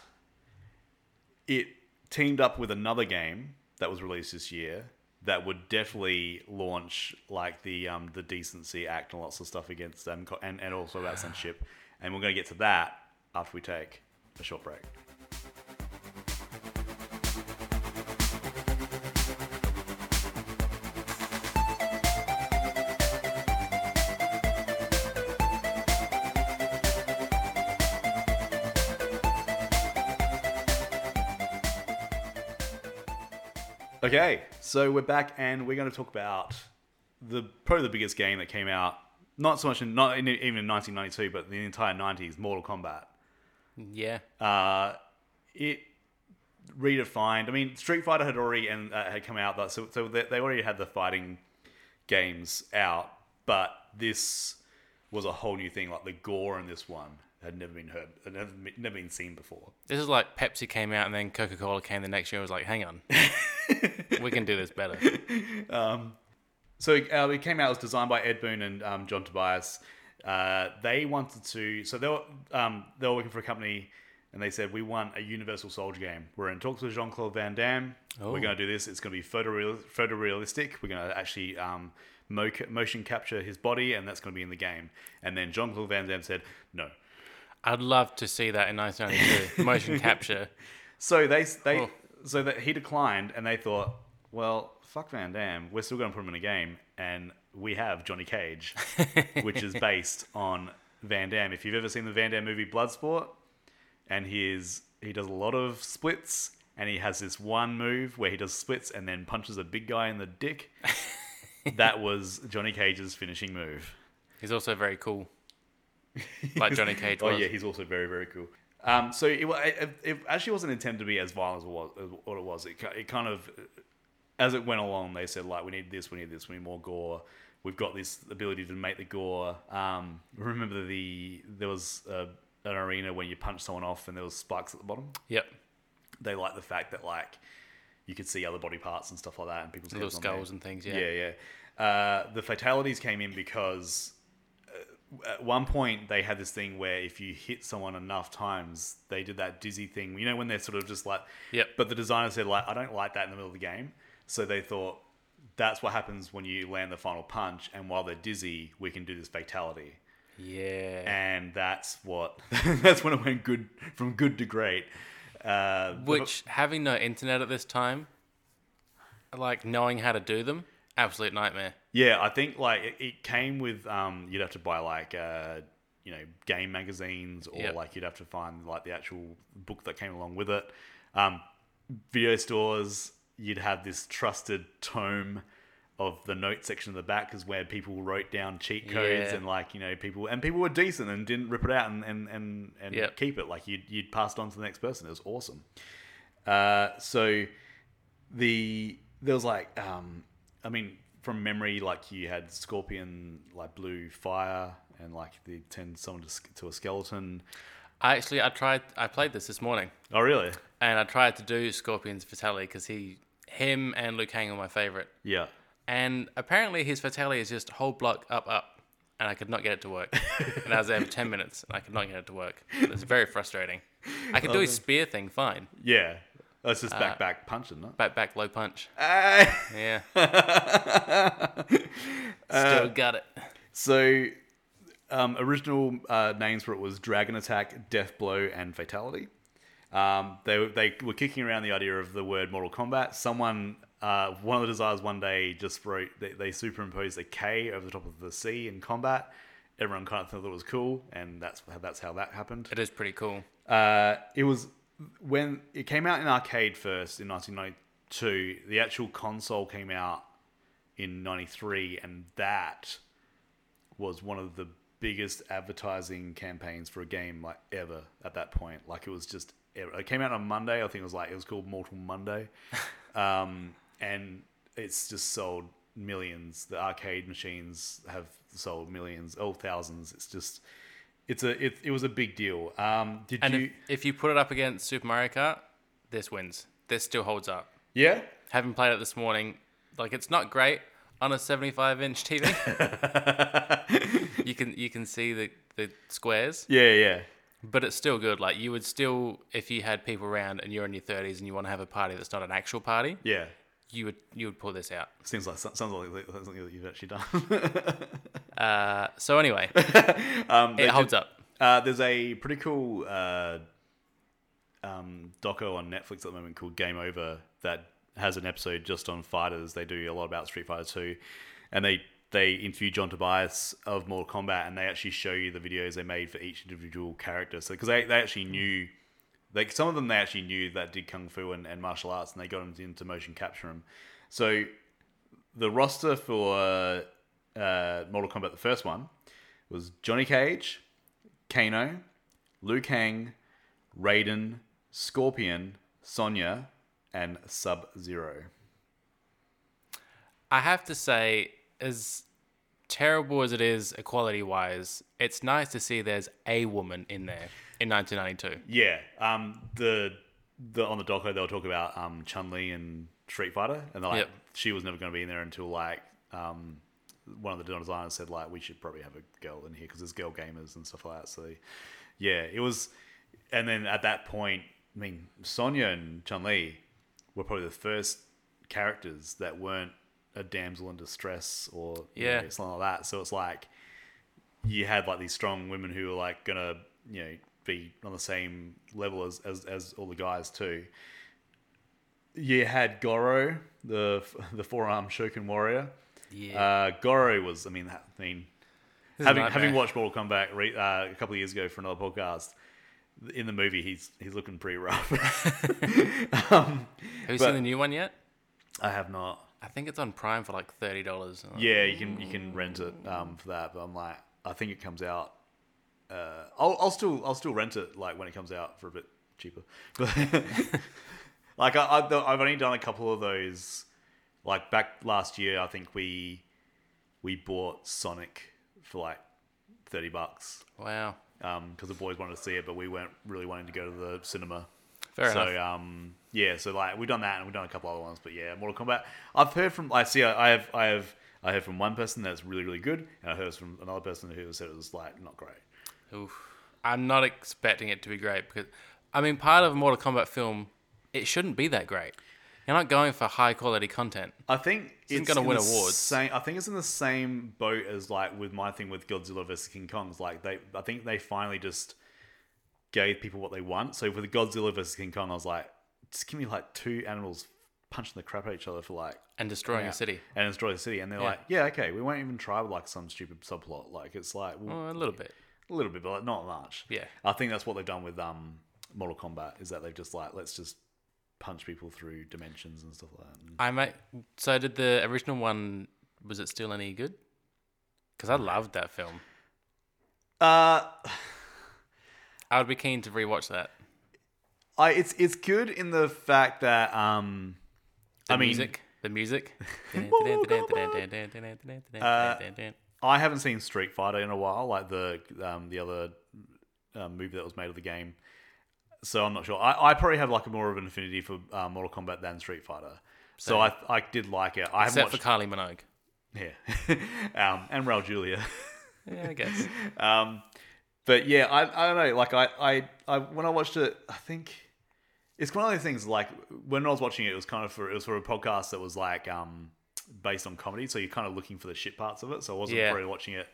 [SPEAKER 1] it teamed up with another game that was released this year that would definitely launch like the um, the decency act and lots of stuff against them co- and, and also about censorship and we're going to get to that after we take a short break okay so we're back and we're going to talk about the probably the biggest game that came out not so much in not in, even in 1992 but the entire 90s mortal kombat
[SPEAKER 2] Yeah,
[SPEAKER 1] uh, it redefined. I mean, Street Fighter had already and uh, had come out, but so so they, they already had the fighting games out, but this was a whole new thing. Like the gore in this one had never been heard, had never, been- never been seen before.
[SPEAKER 2] this is like Pepsi came out and then Coca Cola came the next year. and was like, hang on, we can do this better.
[SPEAKER 1] So uh, it came out. It was designed by Ed Boon and um, John Tobias. Uh, they wanted to. So they were um, they were working for a company, and they said, "We want a Universal Soldier game. We're in talks with Jean Claude Van Damme. We're
[SPEAKER 2] Oh.
[SPEAKER 1] going to do this. It's going to be photoreal- photorealistic. We're going to actually." Um, mo- motion capture his body and that's going to be in the game and then Jean Claude Van Damme said no
[SPEAKER 2] I'd love to see that in 1992 motion capture.
[SPEAKER 1] So they they
[SPEAKER 2] Oh.
[SPEAKER 1] so that he declined, and they thought, well, fuck Van Damme, we're still going to put him in a game, and we have Johnny Cage, which is based on Van Damme. If you've ever seen the Van Damme movie Bloodsport, and he is he does a lot of splits, and he has this one move where he does splits and then punches a big guy in the dick. that was Johnny Cage's finishing move.
[SPEAKER 2] He's also very cool, like Johnny Cage
[SPEAKER 1] Oh
[SPEAKER 2] was.
[SPEAKER 1] yeah, he's also very very cool. Um, so it, wa- it, it actually wasn't intended to be as violent as it was. As what it was, it, ki- it kind of as it went along, they said like we need this, we need this, we need more gore. We've got this ability to make the gore. Um, remember the there was uh an arena where you punch someone off and there was spikes at the bottom.
[SPEAKER 2] Yep,
[SPEAKER 1] They like the fact that like you could see other body parts and stuff like that and people's
[SPEAKER 2] little
[SPEAKER 1] heads on there.
[SPEAKER 2] skulls and things. Yeah.
[SPEAKER 1] Yeah, yeah. Uh, the fatalities came in because uh, at one point they had this thing where if you hit someone enough times, they did that dizzy thing. You know when they're sort of just like.
[SPEAKER 2] Yep.
[SPEAKER 1] But the designer said like, I don't like that in the middle of the game, so they thought that's what happens when you land the final punch, and while they're dizzy, we can do this fatality.
[SPEAKER 2] yeah.
[SPEAKER 1] And that's what that's when it went good from good to great. Uh, the-
[SPEAKER 2] Which having no internet at this time, like knowing how to do them, absolute nightmare.
[SPEAKER 1] Yeah, I think like it, it came with um, you'd have to buy like uh, you know game magazines or
[SPEAKER 2] Yep.
[SPEAKER 1] like you'd have to find like the actual book that came along with it. Um, video stores, you'd have this trusted tome of the note section of the back is where people wrote down cheat codes
[SPEAKER 2] Yeah.
[SPEAKER 1] and like you know people and people were decent and didn't rip it out and and and, and
[SPEAKER 2] Yep.
[SPEAKER 1] keep it like you'd you'd pass it on to the next person. It was awesome. Uh, so the there was like um I mean from memory like you had scorpion like blue fire and like they turned someone to, sk- to a skeleton.
[SPEAKER 2] I actually I tried I played this this morning
[SPEAKER 1] Oh really?
[SPEAKER 2] and I tried to do Scorpion's fatality because he him and Liu Kang are my favorite.
[SPEAKER 1] Yeah.
[SPEAKER 2] And apparently his fatality is just whole block up up, and I could not get it to work. and I was there for ten minutes, and I could not get it to work. It's very frustrating. I could do his spear thing fine,
[SPEAKER 1] Yeah. That's just back back punch, isn't it?
[SPEAKER 2] back back low punch.
[SPEAKER 1] Ah.
[SPEAKER 2] Yeah, still got it.
[SPEAKER 1] So um, original uh, names for it was Dragon Attack, Death Blow, and Fatality. Um, they they were kicking around the idea of the word Mortal Kombat. Someone, uh, one of the designers one day just wrote they, they superimposed a K over the top of the C in combat. Everyone kind of thought it was cool, and that's that's how that happened.
[SPEAKER 2] It is pretty cool.
[SPEAKER 1] Uh, it was when it came out in arcade first in 1992. The actual console came out in 93 and that was one of the biggest advertising campaigns for a game like ever at that point like it was just it came out on monday i think it was like it was called mortal monday um, and it's just sold millions the arcade machines have sold millions oh thousands it's just it's a it, it was a big deal um did
[SPEAKER 2] And
[SPEAKER 1] you
[SPEAKER 2] if, if you put it up against Super Mario Kart, this wins. This still holds up.
[SPEAKER 1] yeah
[SPEAKER 2] Having played it this morning, like it's not great on a 75 inch TV. you can you can see the, the squares,
[SPEAKER 1] yeah yeah
[SPEAKER 2] but it's still good. Like you would still, if you had people around and you're in your 30s and you want to have a party that's not an actual party,
[SPEAKER 1] yeah
[SPEAKER 2] you would you would pull this out.
[SPEAKER 1] seems like sounds like something that you've actually done
[SPEAKER 2] Uh, so anyway,
[SPEAKER 1] um
[SPEAKER 2] it holds up.
[SPEAKER 1] Uh, there's a pretty cool uh, um, doco on Netflix at the moment called Game Over that has an episode just on fighters. They do a lot about Street Fighter 2, and they they interview John Tobias of Mortal Kombat, and they actually show you the videos they made for each individual character. So because they, they actually knew, like some of them they actually knew that did kung fu and, and martial arts, and they got them into motion capture them. So the roster for uh, uh, Mortal Kombat, the first one, was Johnny Cage, Kano, Liu Kang, Raiden, Scorpion, Sonya, and Sub Zero.
[SPEAKER 2] I have to say, as terrible as it is equality wise, it's nice to see there's a woman in there in 1992.
[SPEAKER 1] Yeah. Um. The the on the doco they'll talk about um Chun Li and Street Fighter, and they're like
[SPEAKER 2] Yep.
[SPEAKER 1] she was never going to be in there until like um one of the designers said like we should probably have a girl in here because there's girl gamers and stuff like that. So yeah, it was. And then at that point, I mean Sonya and Chun Li were probably the first characters that weren't a damsel in distress or you
[SPEAKER 2] Yeah.
[SPEAKER 1] know, something like that. So it's like you had like these strong women who were like gonna you know be on the same level as as, as all the guys too. You had Goro, the the four armed Shogun warrior.
[SPEAKER 2] Yeah.
[SPEAKER 1] Uh, Goro was, I mean, that, I mean,
[SPEAKER 2] is a
[SPEAKER 1] having
[SPEAKER 2] nightmare.
[SPEAKER 1] having watched Mortal Kombat re- uh, a couple of years ago for another podcast, in the movie he's he's looking pretty rough. um,
[SPEAKER 2] have you
[SPEAKER 1] but-
[SPEAKER 2] seen the new one yet?
[SPEAKER 1] I have not.
[SPEAKER 2] I think it's on Prime for like thirty dollars.
[SPEAKER 1] Yeah, you can you can rent it um, for that, but I'm like, I think it comes out. Uh, I'll I'll still I'll still rent it like when it comes out for a bit cheaper. But like I, I though I've only done a couple of those. Like back last year, I think we we bought Sonic for like thirty bucks
[SPEAKER 2] Wow.
[SPEAKER 1] because um, the boys wanted to see it, but we weren't really wanting to go to the cinema.
[SPEAKER 2] Fair
[SPEAKER 1] so
[SPEAKER 2] enough.
[SPEAKER 1] um yeah, so like we've done that and we've done a couple other ones, but yeah, Mortal Kombat. I've heard from I see I have I have I heard from one person that's really really good, and I heard from another person who said it was like not great.
[SPEAKER 2] Oof. I'm not expecting it to be great because, I mean, part of a Mortal Kombat film, it shouldn't be that great. You're not going for high quality content.
[SPEAKER 1] I think
[SPEAKER 2] Isn't
[SPEAKER 1] it's
[SPEAKER 2] gonna
[SPEAKER 1] in
[SPEAKER 2] win
[SPEAKER 1] the
[SPEAKER 2] awards.
[SPEAKER 1] Same, I think it's in the same boat as like with my thing with Godzilla vs King Kong's. Like they, I think they finally just gave people what they want. So for the Godzilla vs King Kong, I was like, just give me like two animals punching the crap out of each other for like
[SPEAKER 2] And destroying
[SPEAKER 1] Yeah.
[SPEAKER 2] a city.
[SPEAKER 1] and destroy the city. And they're
[SPEAKER 2] Yeah.
[SPEAKER 1] like, yeah, okay, we won't even try with like some stupid subplot. Like it's like well,
[SPEAKER 2] Well, Oh, a little bit.
[SPEAKER 1] a little bit, but like, not much.
[SPEAKER 2] Yeah.
[SPEAKER 1] I think that's what they've done with um Mortal Kombat is that they've just like let's just punch people through dimensions and stuff like that. And
[SPEAKER 2] I might. So did the original one? Was it still any good? Because I loved that film.
[SPEAKER 1] uh,
[SPEAKER 2] I would be keen to rewatch that.
[SPEAKER 1] I it's it's good in the fact that um,
[SPEAKER 2] The
[SPEAKER 1] I mean,
[SPEAKER 2] music. The music.
[SPEAKER 1] Mortal Uh, I haven't seen Street Fighter in a while, like the um, the other um, movie that was made of the game. So I'm not sure. I, I probably have like a more of an affinity for uh, Mortal Kombat than Street Fighter. So I, I did like it. I haven't
[SPEAKER 2] Except for
[SPEAKER 1] watched
[SPEAKER 2] Kylie Minogue.
[SPEAKER 1] yeah, um, and Raul Julia.
[SPEAKER 2] Yeah, I guess.
[SPEAKER 1] Um, but yeah, I, I don't know. Like I, I, I when I watched it, I think it's one of those things. Like when I was watching it, it was kind of for it was for a podcast that was like um, based on comedy, so you're kind of looking for the shit parts of it. So I wasn't
[SPEAKER 2] Yeah.
[SPEAKER 1] really watching it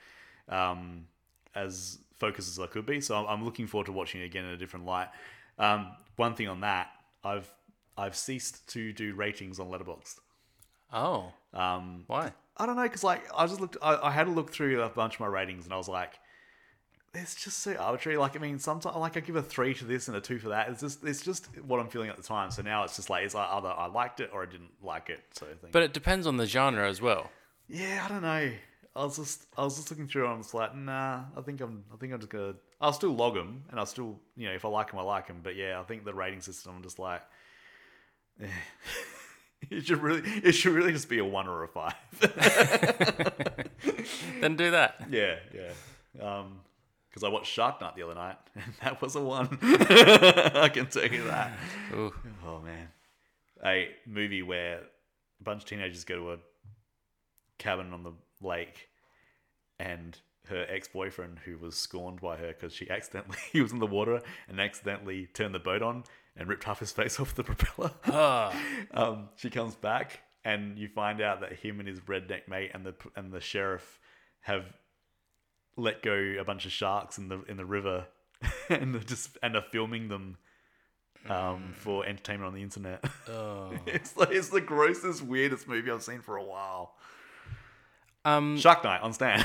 [SPEAKER 1] um, as focused as I could be. So I'm, I'm looking forward to watching it again in a different light. Um, one thing on that, I've I've ceased to do ratings on Letterboxd.
[SPEAKER 2] Oh,
[SPEAKER 1] Um,
[SPEAKER 2] why?
[SPEAKER 1] I don't know, cause like I just looked, I, I had a look through a bunch of my ratings, and I was like, it's just so arbitrary. Like I mean, sometimes like I give a three to this and a two for that. It's just it's just what I'm feeling at the time. So now it's just like it's like either I liked it or I didn't like it. So I think.
[SPEAKER 2] But it depends on the genre as well.
[SPEAKER 1] yeah, I don't know. I was just I was just looking through, and I was like, nah, I think I'm I think I'm just gonna. I'll still log them, and I'll still you know if I like them, I like them. But yeah, I think the rating system, I'm just like. eh. It should really, it should really just be a one or a five.
[SPEAKER 2] Then do that.
[SPEAKER 1] Yeah, yeah. Um, because I watched Shark Night the other night, and that was a one. I can tell you that.
[SPEAKER 2] Ooh.
[SPEAKER 1] Oh man, a movie where a bunch of teenagers go to a cabin on the lake, and her ex-boyfriend, who was scorned by her because she accidentally he was in the water and accidentally turned the boat on and ripped half his face off the propeller.
[SPEAKER 2] Ah.
[SPEAKER 1] Um, she comes back, and you find out that him and his redneck mate and the and the sheriff have let go a bunch of sharks in the in the river, and they're just and are filming them
[SPEAKER 2] Mm.
[SPEAKER 1] um, for entertainment on the internet.
[SPEAKER 2] Oh.
[SPEAKER 1] it's like, it's the grossest, weirdest movie I've seen for a while.
[SPEAKER 2] Um,
[SPEAKER 1] Shark Night on Stan.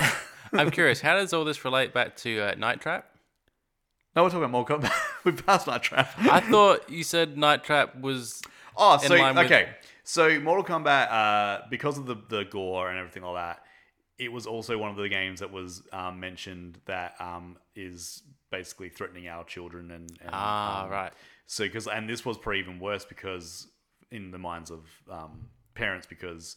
[SPEAKER 2] I'm curious. How does all this relate back to uh, Night Trap?
[SPEAKER 1] no, we're talking about Mole Combat. we passed Night Trap.
[SPEAKER 2] I thought you said Night Trap was
[SPEAKER 1] Oh, so
[SPEAKER 2] line with-
[SPEAKER 1] okay. So Mortal Kombat, uh, because of the the gore and everything like that, it was also one of the games that was um, mentioned that um, is basically threatening our children and, and
[SPEAKER 2] ah
[SPEAKER 1] um,
[SPEAKER 2] right.
[SPEAKER 1] so because and this was probably even worse because in the minds of um, parents because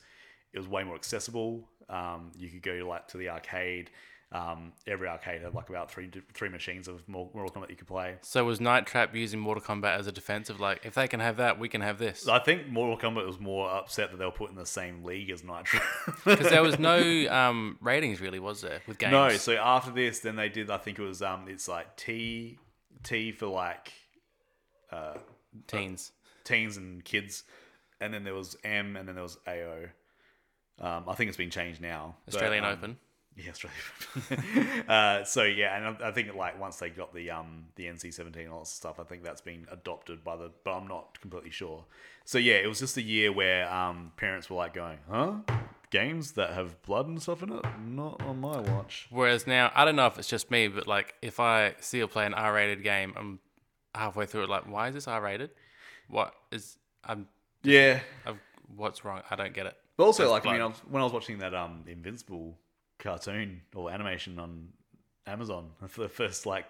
[SPEAKER 1] it was way more accessible. Um, you could go like to the arcade. Um, every arcade had like about three three machines of Mor- Mortal Kombat you could play.
[SPEAKER 2] So was Night Trap using Mortal Kombat as a defense of like if they can have that, we can have this?
[SPEAKER 1] I think Mortal Kombat was more upset that they were put in the same league as Nitro.
[SPEAKER 2] Because there was no um, ratings really, was there, with games?
[SPEAKER 1] no, so after this, then they did. I think it was um, it's like T T for like
[SPEAKER 2] teens.
[SPEAKER 1] teens and kids, and then there was M, and then there was AO. Um, I think it's been changed now. but,
[SPEAKER 2] Australian
[SPEAKER 1] um,
[SPEAKER 2] Open.
[SPEAKER 1] Yeah, Australian. uh, so yeah, and I, I think like once they got the um the NC seventeen and all that stuff, I think that's been adopted by the. But I'm not completely sure. So yeah, it was just a year where um parents were like going, huh, games that have blood and stuff in it, not on my watch.
[SPEAKER 2] Whereas now, I don't know if it's just me, but like if I see or play an R-rated game, I'm halfway through it like, why is this R-rated? What is I'm,
[SPEAKER 1] Yeah,
[SPEAKER 2] I've, what's wrong? I don't get it.
[SPEAKER 1] but also like I
[SPEAKER 2] blood.
[SPEAKER 1] mean, I was, when I was watching that um Invincible cartoon or animation on Amazon for the first like.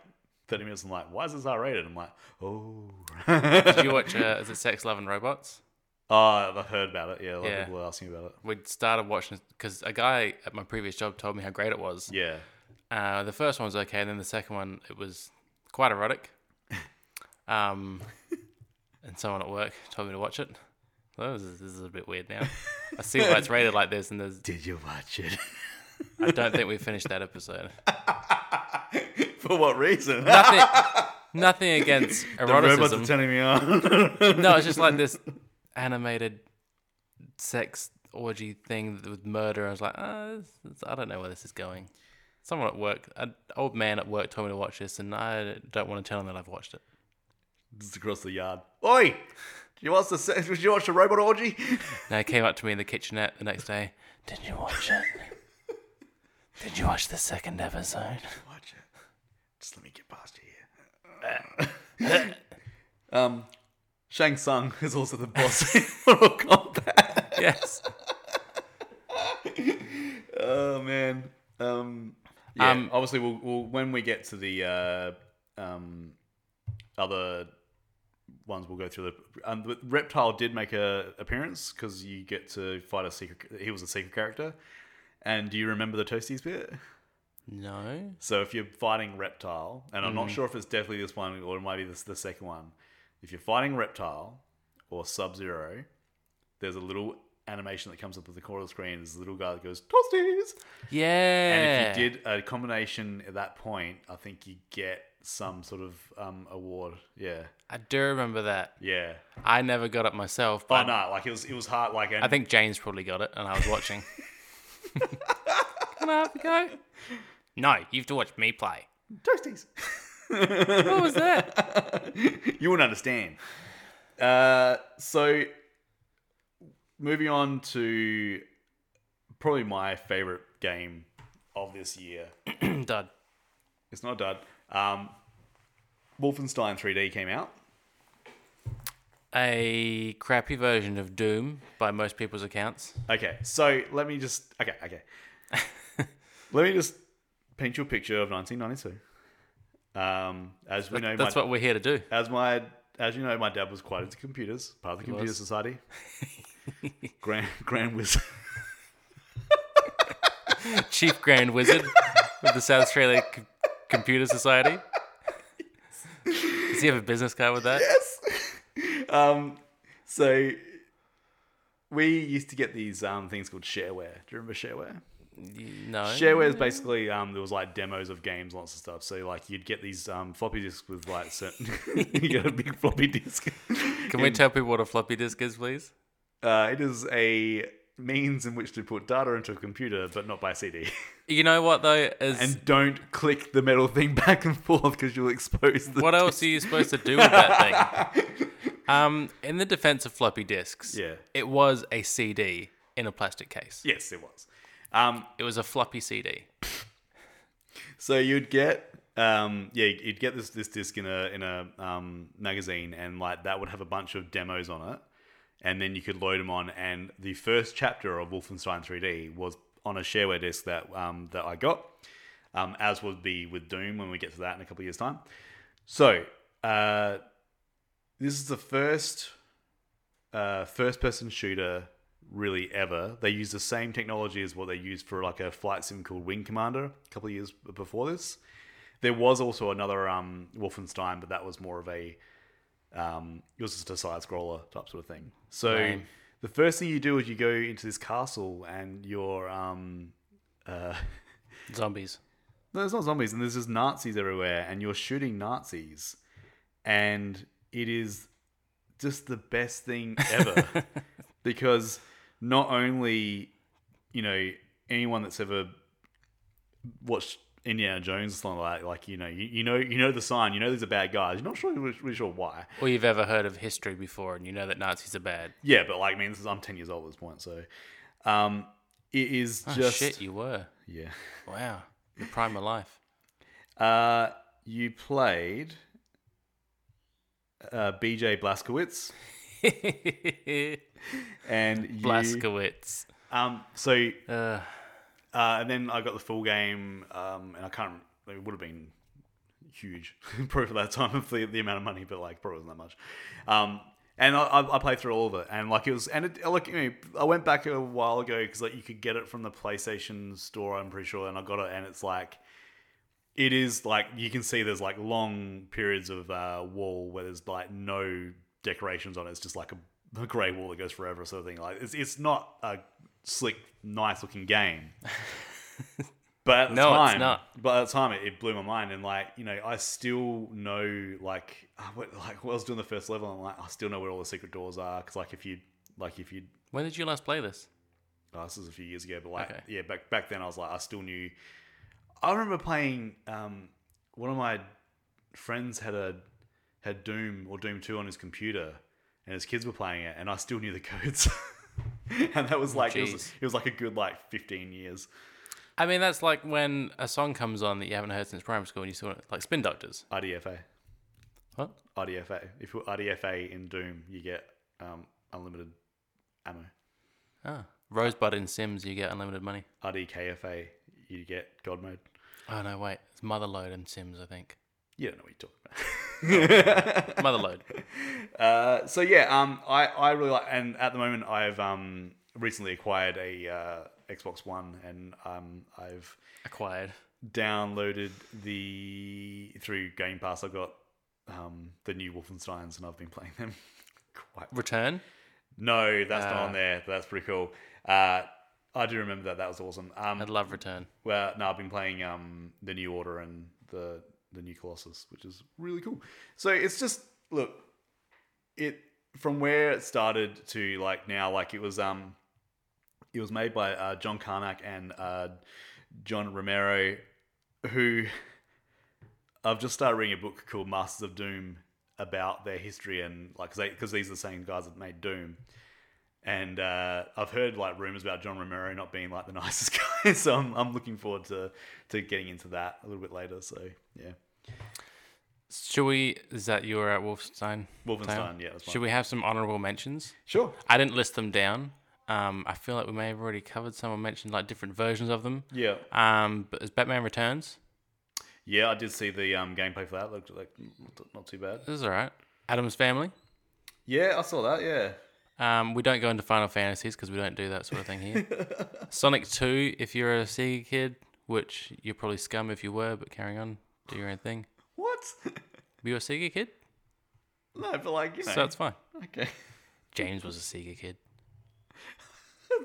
[SPEAKER 1] 30 minutes, I'm like, why is this R rated? I'm like, oh.
[SPEAKER 2] Did you watch? Uh, is it Sex, Love, and Robots?
[SPEAKER 1] Oh, I've heard about it. Yeah, a lot
[SPEAKER 2] Yeah.
[SPEAKER 1] of people were asking about it.
[SPEAKER 2] We started watching because a guy at my previous job told me how great it was.
[SPEAKER 1] Yeah.
[SPEAKER 2] Uh, the first one was okay, and then the second one it was quite erotic. Um, and someone at work told me to watch it. So This is, this is a bit weird now. I see why it's rated like this, and there's,
[SPEAKER 1] Did you watch it?
[SPEAKER 2] I don't think we finished that episode.
[SPEAKER 1] For what reason?
[SPEAKER 2] Nothing, nothing against
[SPEAKER 1] Robots are
[SPEAKER 2] eroticism.
[SPEAKER 1] turning me on.
[SPEAKER 2] No, it's just like this animated sex orgy thing with murder. I was like, oh, this, this- I don't know where this is going. Someone at work, an old man at work, told me to watch this, and I don't want to tell him that I've watched it.
[SPEAKER 1] Just across the yard. Oi! Did you watch the se- Did you watch the robot orgy?
[SPEAKER 2] Now he came up to me in the kitchenette the next day. Did you watch it? Did you watch the second episode?
[SPEAKER 1] Watch it. Just let me get past you here. um, Shang Tsung is also the boss in Mortal Kombat.
[SPEAKER 2] Yes.
[SPEAKER 1] Oh man. Um, yeah.
[SPEAKER 2] Um,
[SPEAKER 1] obviously, we'll, we'll when we get to the uh, um, other ones, we'll go through the. Um, the Reptile did make a appearance because you get to fight a secret. He was a secret character. And do you remember the Toasties bit?
[SPEAKER 2] No.
[SPEAKER 1] So if you're fighting Reptile, and I'm not
[SPEAKER 2] Mm-hmm.
[SPEAKER 1] sure if it's definitely this one or it might be this the second one. If you're fighting Reptile or Sub Zero, there's a little animation that comes up at the corner of the screen. There's a little guy that goes Toasties.
[SPEAKER 2] Yeah.
[SPEAKER 1] And if you did a combination at that point, I think you get some sort of um, award. Yeah,
[SPEAKER 2] I do remember that.
[SPEAKER 1] yeah.
[SPEAKER 2] I never got it myself,
[SPEAKER 1] Oh
[SPEAKER 2] but
[SPEAKER 1] no, like it was it was hard. Like and
[SPEAKER 2] I think James probably got it, and I was watching. Can I have a go? No, you have to watch me play.
[SPEAKER 1] Toasties.
[SPEAKER 2] What was that?
[SPEAKER 1] you wouldn't understand. Uh, so, moving on to probably my favorite game of this year.
[SPEAKER 2] Dud.
[SPEAKER 1] It's not dud. Um, Wolfenstein 3D came out.
[SPEAKER 2] A crappy version of Doom by most people's accounts.
[SPEAKER 1] Okay, so let me just. Okay, okay. let me just paint you a picture of 1992. Um, as we know,
[SPEAKER 2] That's
[SPEAKER 1] my,
[SPEAKER 2] what we're here to do.
[SPEAKER 1] as my as you know, my dad was quite into computers, part of the computer
[SPEAKER 2] was.
[SPEAKER 1] society. grand grand wizard.
[SPEAKER 2] Chief Grand Wizard of the South Australia C- Computer Society. Does he have a business card with that?
[SPEAKER 1] Um, so we used to get these um, things called shareware. Do you remember shareware?
[SPEAKER 2] No.
[SPEAKER 1] Shareware is basically um, there was like demos of games, lots of stuff. So like you'd get these um, floppy disks with like certain. you got a big floppy disk.
[SPEAKER 2] Can we tell people what a floppy disk is, please?
[SPEAKER 1] Uh, it is a means in which to put data into a computer, but not by CD.
[SPEAKER 2] You know what though? Is
[SPEAKER 1] and don't click the metal thing back and forth because you'll expose the.
[SPEAKER 2] what else are you supposed to do with that thing? Um, in the defense of floppy disks,
[SPEAKER 1] Yeah.
[SPEAKER 2] it was a CD in a plastic case.
[SPEAKER 1] Yes, it was. Um,
[SPEAKER 2] It was a floppy CD.
[SPEAKER 1] So you'd get, um, yeah, you'd get this this disc in a in a um, magazine, and like that would have a bunch of demos on it, and then you could load them on. And the first chapter of Wolfenstein 3D was on a shareware disc that um, that I got, um, as would be with Doom when we get to that in a couple of years' time. So uh, this is the first uh, first person shooter really ever. They use the same technology as what they used for like a flight sim called Wing Commander a couple of years b- before this. There was also another um, Wolfenstein, but that was more of a um, it was just a side scroller type sort of thing. So
[SPEAKER 2] Lame.
[SPEAKER 1] the first thing you do is you go into this castle and you're um, uh,
[SPEAKER 2] Zombies.
[SPEAKER 1] no, it's not zombies, and there's just Nazis everywhere, and you're shooting Nazis, and it is just the best thing ever because not only you know anyone that's ever watched Indiana Jones or something like that, like you know you, you know you know the sign, you know these are bad guys. You're not sure really sure why.
[SPEAKER 2] Or you've ever heard of history before, and you know that Nazis are bad.
[SPEAKER 1] Yeah, but like I mean, this is I'm ten years old at this point, so um, it is
[SPEAKER 2] Oh,
[SPEAKER 1] just
[SPEAKER 2] shit, you were.
[SPEAKER 1] yeah.
[SPEAKER 2] Wow, the prime of life.
[SPEAKER 1] Uh, you played uh, BJ Blaskowitz, and you,
[SPEAKER 2] Blaskowitz.
[SPEAKER 1] Um, so uh,
[SPEAKER 2] Uh,
[SPEAKER 1] and then I got the full game, um, and I can't. It would have been huge, probably for that time of the, the amount of money, but like probably wasn't that much. Um, and I- I, I played through all of it, and like it was, and it like you know, I went back a while ago because like you could get it from the PlayStation store, I'm pretty sure, and I got it, and it's like it is like you can see there's like long periods of uh, wall where there's like no decorations on it. It's just like a, a grey wall that goes forever, sort of thing. Like it's it's not a slick, nice looking game. But at the
[SPEAKER 2] No,
[SPEAKER 1] time,
[SPEAKER 2] it's not.
[SPEAKER 1] But at the time, it, it blew my mind, and like you know, I still know like uh, what, like what I was doing the first level. and I'm like, I still know where all the secret doors are because like if you like if you
[SPEAKER 2] when did you last play this?
[SPEAKER 1] Oh, this was a few years ago, but like,
[SPEAKER 2] Okay.
[SPEAKER 1] yeah, back back then I was like, I still knew. I remember playing. Um, one of my friends had a had Doom or Doom Two on his computer, and his kids were playing it, and I still knew the codes. and that was like it, was,
[SPEAKER 2] Oh, jeez.
[SPEAKER 1] it was like a good like fifteen years.
[SPEAKER 2] I mean, that's like when a song comes on that you haven't heard since primary school, and you still like Spin Doctors.
[SPEAKER 1] IDFA,
[SPEAKER 2] What?
[SPEAKER 1] IDFA. If you put IDFA in Doom, you get um, unlimited ammo.
[SPEAKER 2] Ah, Rosebud in Sims, you get unlimited money.
[SPEAKER 1] RDKFA, you get God mode.
[SPEAKER 2] Oh no, wait, it's Motherload in Sims, I think.
[SPEAKER 1] You don't know what you're talking about.
[SPEAKER 2] Motherload.
[SPEAKER 1] Uh, so yeah, um, I, I really like, and at the moment I've um, recently acquired a uh, Xbox One, and um, I've
[SPEAKER 2] Acquired.
[SPEAKER 1] downloaded the through Game Pass. I got um, the new Wolfenstein's, and I've been playing them. Quite
[SPEAKER 2] Return.
[SPEAKER 1] no, that's not
[SPEAKER 2] Ah.
[SPEAKER 1] on there. But that's pretty cool. Uh, I do remember that. That was awesome.
[SPEAKER 2] I'd
[SPEAKER 1] Um,
[SPEAKER 2] love Return.
[SPEAKER 1] well, no, I've been playing um, the New Order and the the New Colossus, which is really cool. So it's just look, it from where it started to like now, like it was um, it was made by uh, John Carmack and uh, John Romero, who I've just started reading a book called Masters of Doom about their history and like because these are the same guys that made Doom. And uh, I've heard like rumors about John Romero not being like the nicest guy, so I'm, I'm looking forward to to getting into that a little bit later. So yeah,
[SPEAKER 2] Should we? Is that you were at Wolfenstein?
[SPEAKER 1] Wolfenstein, yeah, that's fine.
[SPEAKER 2] Should we have some honorable mentions?
[SPEAKER 1] sure,
[SPEAKER 2] I didn't list them down. Um, I feel like we may have already covered some or mentioned like different versions of them.
[SPEAKER 1] yeah,
[SPEAKER 2] Um, but as Batman Returns,
[SPEAKER 1] yeah. I did see the um, gameplay for that. Looked like not too bad.
[SPEAKER 2] this is all right. Adam's Family.
[SPEAKER 1] Yeah, I saw that. Yeah,
[SPEAKER 2] Um, we don't go into Final Fantasies because we don't do that sort of thing here. Sonic 2, if you're a Sega kid, which you're probably scum if you were, but carrying on, do your own thing.
[SPEAKER 1] what?
[SPEAKER 2] Were you a Sega kid?
[SPEAKER 1] no, but like you know,
[SPEAKER 2] So that's fine.
[SPEAKER 1] okay.
[SPEAKER 2] James was a Sega kid.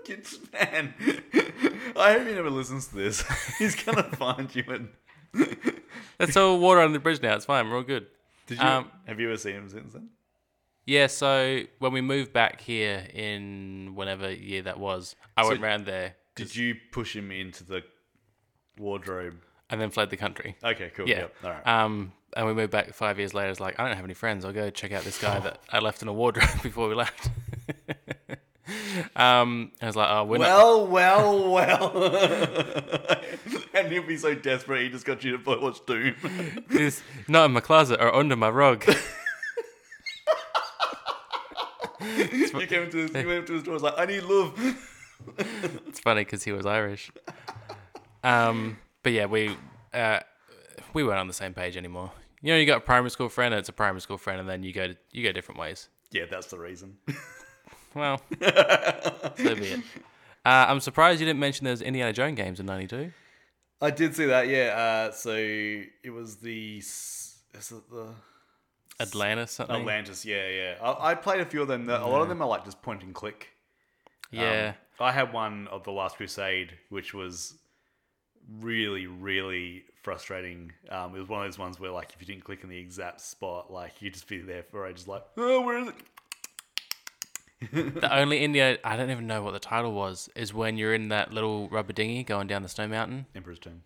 [SPEAKER 1] Kids, man. I hope he never listens to this. He's gonna find you and.
[SPEAKER 2] That's all water under the bridge now. It's fine. We're all good.
[SPEAKER 1] Did you
[SPEAKER 2] Um,
[SPEAKER 1] have you ever seen him since then?
[SPEAKER 2] Yeah, so when we moved back here in whenever year that was, I went round there
[SPEAKER 1] Did you push him into the wardrobe?
[SPEAKER 2] and then fled the country.
[SPEAKER 1] Okay, cool.
[SPEAKER 2] Yeah.
[SPEAKER 1] Yep. All right.
[SPEAKER 2] Um, and we moved back five years later. It's like, I don't have any friends. I'll go check out this guy that I left in a wardrobe before we left. um, I was like, oh, we're not.
[SPEAKER 1] well, well, well. and he'll be so desperate he just got you to play- watch Doom.
[SPEAKER 2] It's not in my closet or under my rug.
[SPEAKER 1] you came to his, you went up to his door. Was like, I need love.
[SPEAKER 2] It's funny because he was Irish. Um, but yeah, we uh, we weren't on the same page anymore. You know, you got a primary school friend, and it's a primary school friend, and then you go you go different ways.
[SPEAKER 1] Yeah, that's the reason.
[SPEAKER 2] Well, so be it. Uh, I'm surprised you didn't mention there was Indiana Jones games in '92.
[SPEAKER 1] I did see that. Yeah. Uh, so it was the. s- Is it the
[SPEAKER 2] Atlanta something.
[SPEAKER 1] Atlantis? Yeah, yeah. I, I played a few of them. The- A lot of them are like just point and click.
[SPEAKER 2] Yeah,
[SPEAKER 1] I had one of the Last Crusade, which was really, really frustrating. Um, it was one of those ones where, like, if you didn't click in the exact spot, like, you'd just be there for ages, like, oh, where is it?
[SPEAKER 2] the only India I don't even know what the title was is when you're in that little rubber dinghy going down the snow mountain.
[SPEAKER 1] Emperor's Tomb.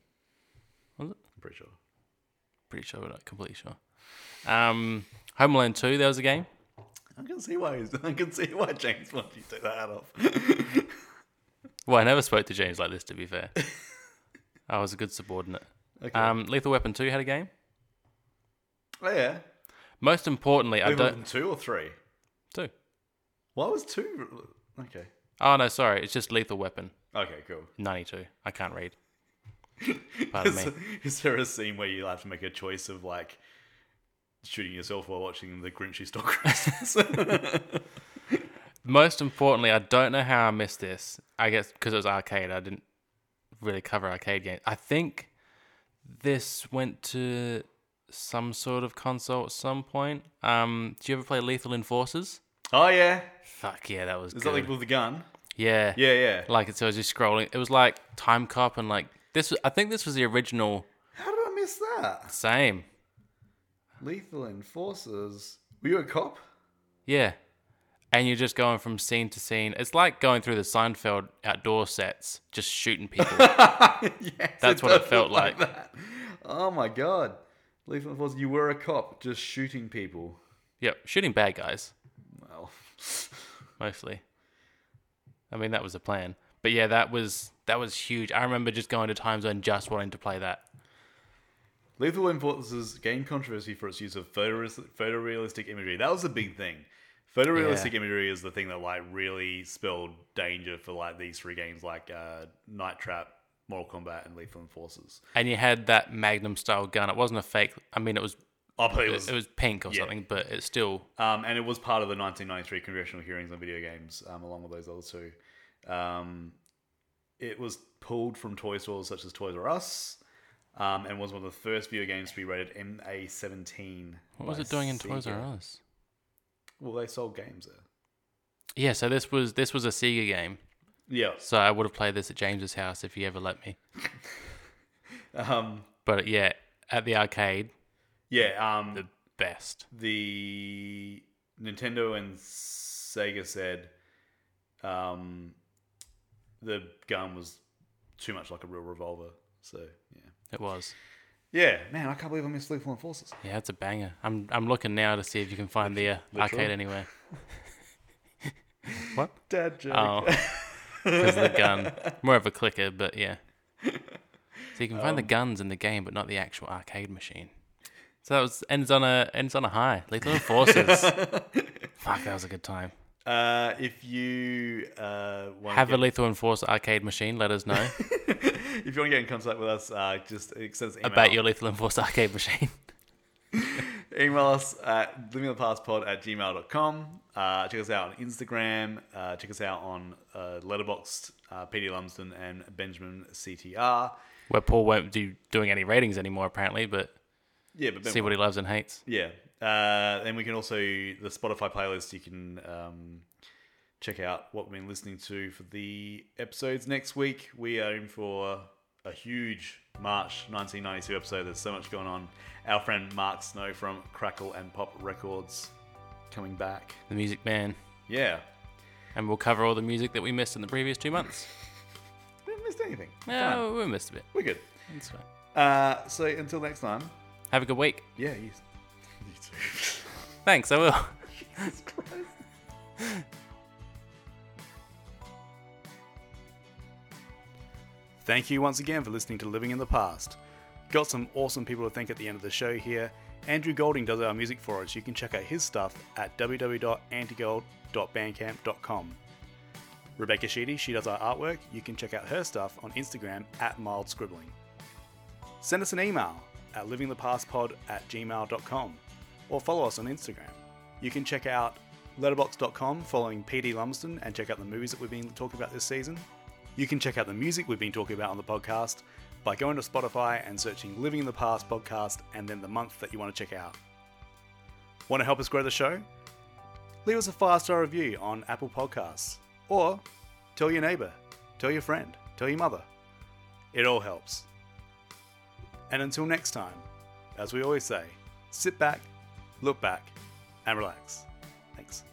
[SPEAKER 2] Was it?
[SPEAKER 1] I'm pretty sure.
[SPEAKER 2] Pretty sure, but not completely sure. Um, Home Alone Two, there was a game.
[SPEAKER 1] I can see why. He's, I can see why James wanted you to take that hat off.
[SPEAKER 2] Well, I never spoke to James like this. To be fair, I was a good subordinate.
[SPEAKER 1] Okay.
[SPEAKER 2] Um, Lethal Weapon Two had a game.
[SPEAKER 1] oh yeah.
[SPEAKER 2] Most importantly, I
[SPEAKER 1] Level
[SPEAKER 2] don't
[SPEAKER 1] Weapon two or three.
[SPEAKER 2] two.
[SPEAKER 1] Why was two? Okay.
[SPEAKER 2] Oh no, sorry, it's just Lethal Weapon
[SPEAKER 1] Okay. Cool.
[SPEAKER 2] '92. I can't read. Pardon me.
[SPEAKER 1] Is, is there a scene where you have to make a choice of like shooting yourself while watching the Grinchy Stock Christmas?
[SPEAKER 2] Most importantly, I don't know how I missed this. I guess because it was arcade, I didn't really cover arcade games. I think this went to some sort of console at some point. Um, do you ever play Lethal Enforcers?
[SPEAKER 1] oh yeah.
[SPEAKER 2] Fuck yeah, that was
[SPEAKER 1] Is
[SPEAKER 2] good.
[SPEAKER 1] that like with the gun?
[SPEAKER 2] yeah,
[SPEAKER 1] Yeah, yeah.
[SPEAKER 2] Like it so I was just scrolling. It was like Time Cop and like this. Was, I think this was the original.
[SPEAKER 1] How did I miss that?
[SPEAKER 2] Same.
[SPEAKER 1] Lethal Enforcers. Were you a cop?
[SPEAKER 2] Yeah. And you're just going from scene to scene. It's like going through the Seinfeld outdoor sets, just shooting people.
[SPEAKER 1] yes.
[SPEAKER 2] That's what it
[SPEAKER 1] does
[SPEAKER 2] felt
[SPEAKER 1] look
[SPEAKER 2] like.
[SPEAKER 1] that. Oh my god. Lethal Enforcers. You were a cop, just shooting people.
[SPEAKER 2] yep, shooting bad guys
[SPEAKER 1] Well,
[SPEAKER 2] mostly. I mean, that was the plan. But yeah, that was that was huge. I remember just going to Time Zone just wanting to play that.
[SPEAKER 1] Lethal Enforcers gained controversy for its use of photorealistic, photorealistic imagery. That was a big thing. Photorealistic
[SPEAKER 2] Yeah.
[SPEAKER 1] imagery is the thing that like really spelled danger for like these three games, like uh, Night Trap, Mortal Kombat, and Lethal Enforcers.
[SPEAKER 2] And you had that Magnum style gun. It wasn't a fake. I mean, it was
[SPEAKER 1] I believe
[SPEAKER 2] it was, pink or something, but it's still
[SPEAKER 1] Um, and it was part of the 1993 congressional hearings on video games, um, along with those other two. Um, it was pulled from toy stores such as Toys R Us, um, and was one of the first video games to be rated MA-17.
[SPEAKER 2] what was
[SPEAKER 1] by
[SPEAKER 2] it doing in Toys
[SPEAKER 1] Sega.
[SPEAKER 2] R Us?
[SPEAKER 1] Well, they sold games there.
[SPEAKER 2] Yeah, so this was this was a Sega game.
[SPEAKER 1] Yeah.
[SPEAKER 2] So I would have played this at James's house if he ever let me.
[SPEAKER 1] Um,
[SPEAKER 2] But yeah, at the arcade,
[SPEAKER 1] yeah. Um,
[SPEAKER 2] the best.
[SPEAKER 1] the Nintendo and Sega said um, the gun was too much like a real revolver. So yeah,
[SPEAKER 2] It was.
[SPEAKER 1] Yeah, man, I can't believe I missed Lethal Enforcers.
[SPEAKER 2] Yeah, it's a banger. I'm I'm looking now to see if you can find the uh,
[SPEAKER 1] Literal.
[SPEAKER 2] arcade anywhere. what?
[SPEAKER 1] Dad joke.
[SPEAKER 2] Oh, because of the gun. More of a clicker, but yeah. So you can find the guns in the game, but not the actual arcade machine. So that was ends on a ends on a high. Lethal Forces. Fuck, that was a good time.
[SPEAKER 1] Uh, if you uh, want
[SPEAKER 2] Have
[SPEAKER 1] to
[SPEAKER 2] a Lethal Enforcer arcade machine. Let us know
[SPEAKER 1] get, if you want to get in contact with us, uh, just it says email,
[SPEAKER 2] about your Lethal Enforcer arcade machine.
[SPEAKER 1] email us at livingthepastpod at gmail.com. Uh, check us out on Instagram. Uh, check us out on uh, Letterboxd, uh, PD Lumsden and Benjamin CTR.
[SPEAKER 2] Where Paul won't do doing any ratings anymore, apparently, but
[SPEAKER 1] Yeah, but Ben,
[SPEAKER 2] see what he loves and hates.
[SPEAKER 1] yeah. Uh, and we can also the Spotify playlist. You can um, check out what we've been listening to for the episodes next week. We are in for a huge March 1992 episode. There's so much going on. Our friend Mark Snow from Crackle and Pop Records coming back.
[SPEAKER 2] The Music Man,
[SPEAKER 1] Yeah,
[SPEAKER 2] and we'll cover all the music that we missed in the previous two months.
[SPEAKER 1] we haven't missed anything. Fine.
[SPEAKER 2] No, we missed a bit.
[SPEAKER 1] we're good.
[SPEAKER 2] That's fine.
[SPEAKER 1] Uh, so until next time,
[SPEAKER 2] Have a good week.
[SPEAKER 1] yeah, you, you too.
[SPEAKER 2] Thanks. I will.
[SPEAKER 1] Jesus Christ. Thank you once again for listening to Living in the Past. Got some awesome people to thank at the end of the show here. Andrew Golding does our music for us. You can check out his stuff at www.antigold.bandcamp.com. Rebecca Sheedy, she does our artwork. You can check out her stuff on Instagram at mild scribbling. Send us an email at livingthepastpod at gmail.com or follow us on Instagram. You can check out letterbox.com following PD Lumsden and check out the movies that we've been talking about this season. You can check out the music we've been talking about on the podcast by going to Spotify and searching Living in the Past podcast and then the month that you want to check out. Want to help us grow the show? Leave us a five star review on Apple Podcasts or tell your neighbor, tell your friend, tell your mother. It all helps. And until next time, as we always say, sit back, look back, and relax. Thanks.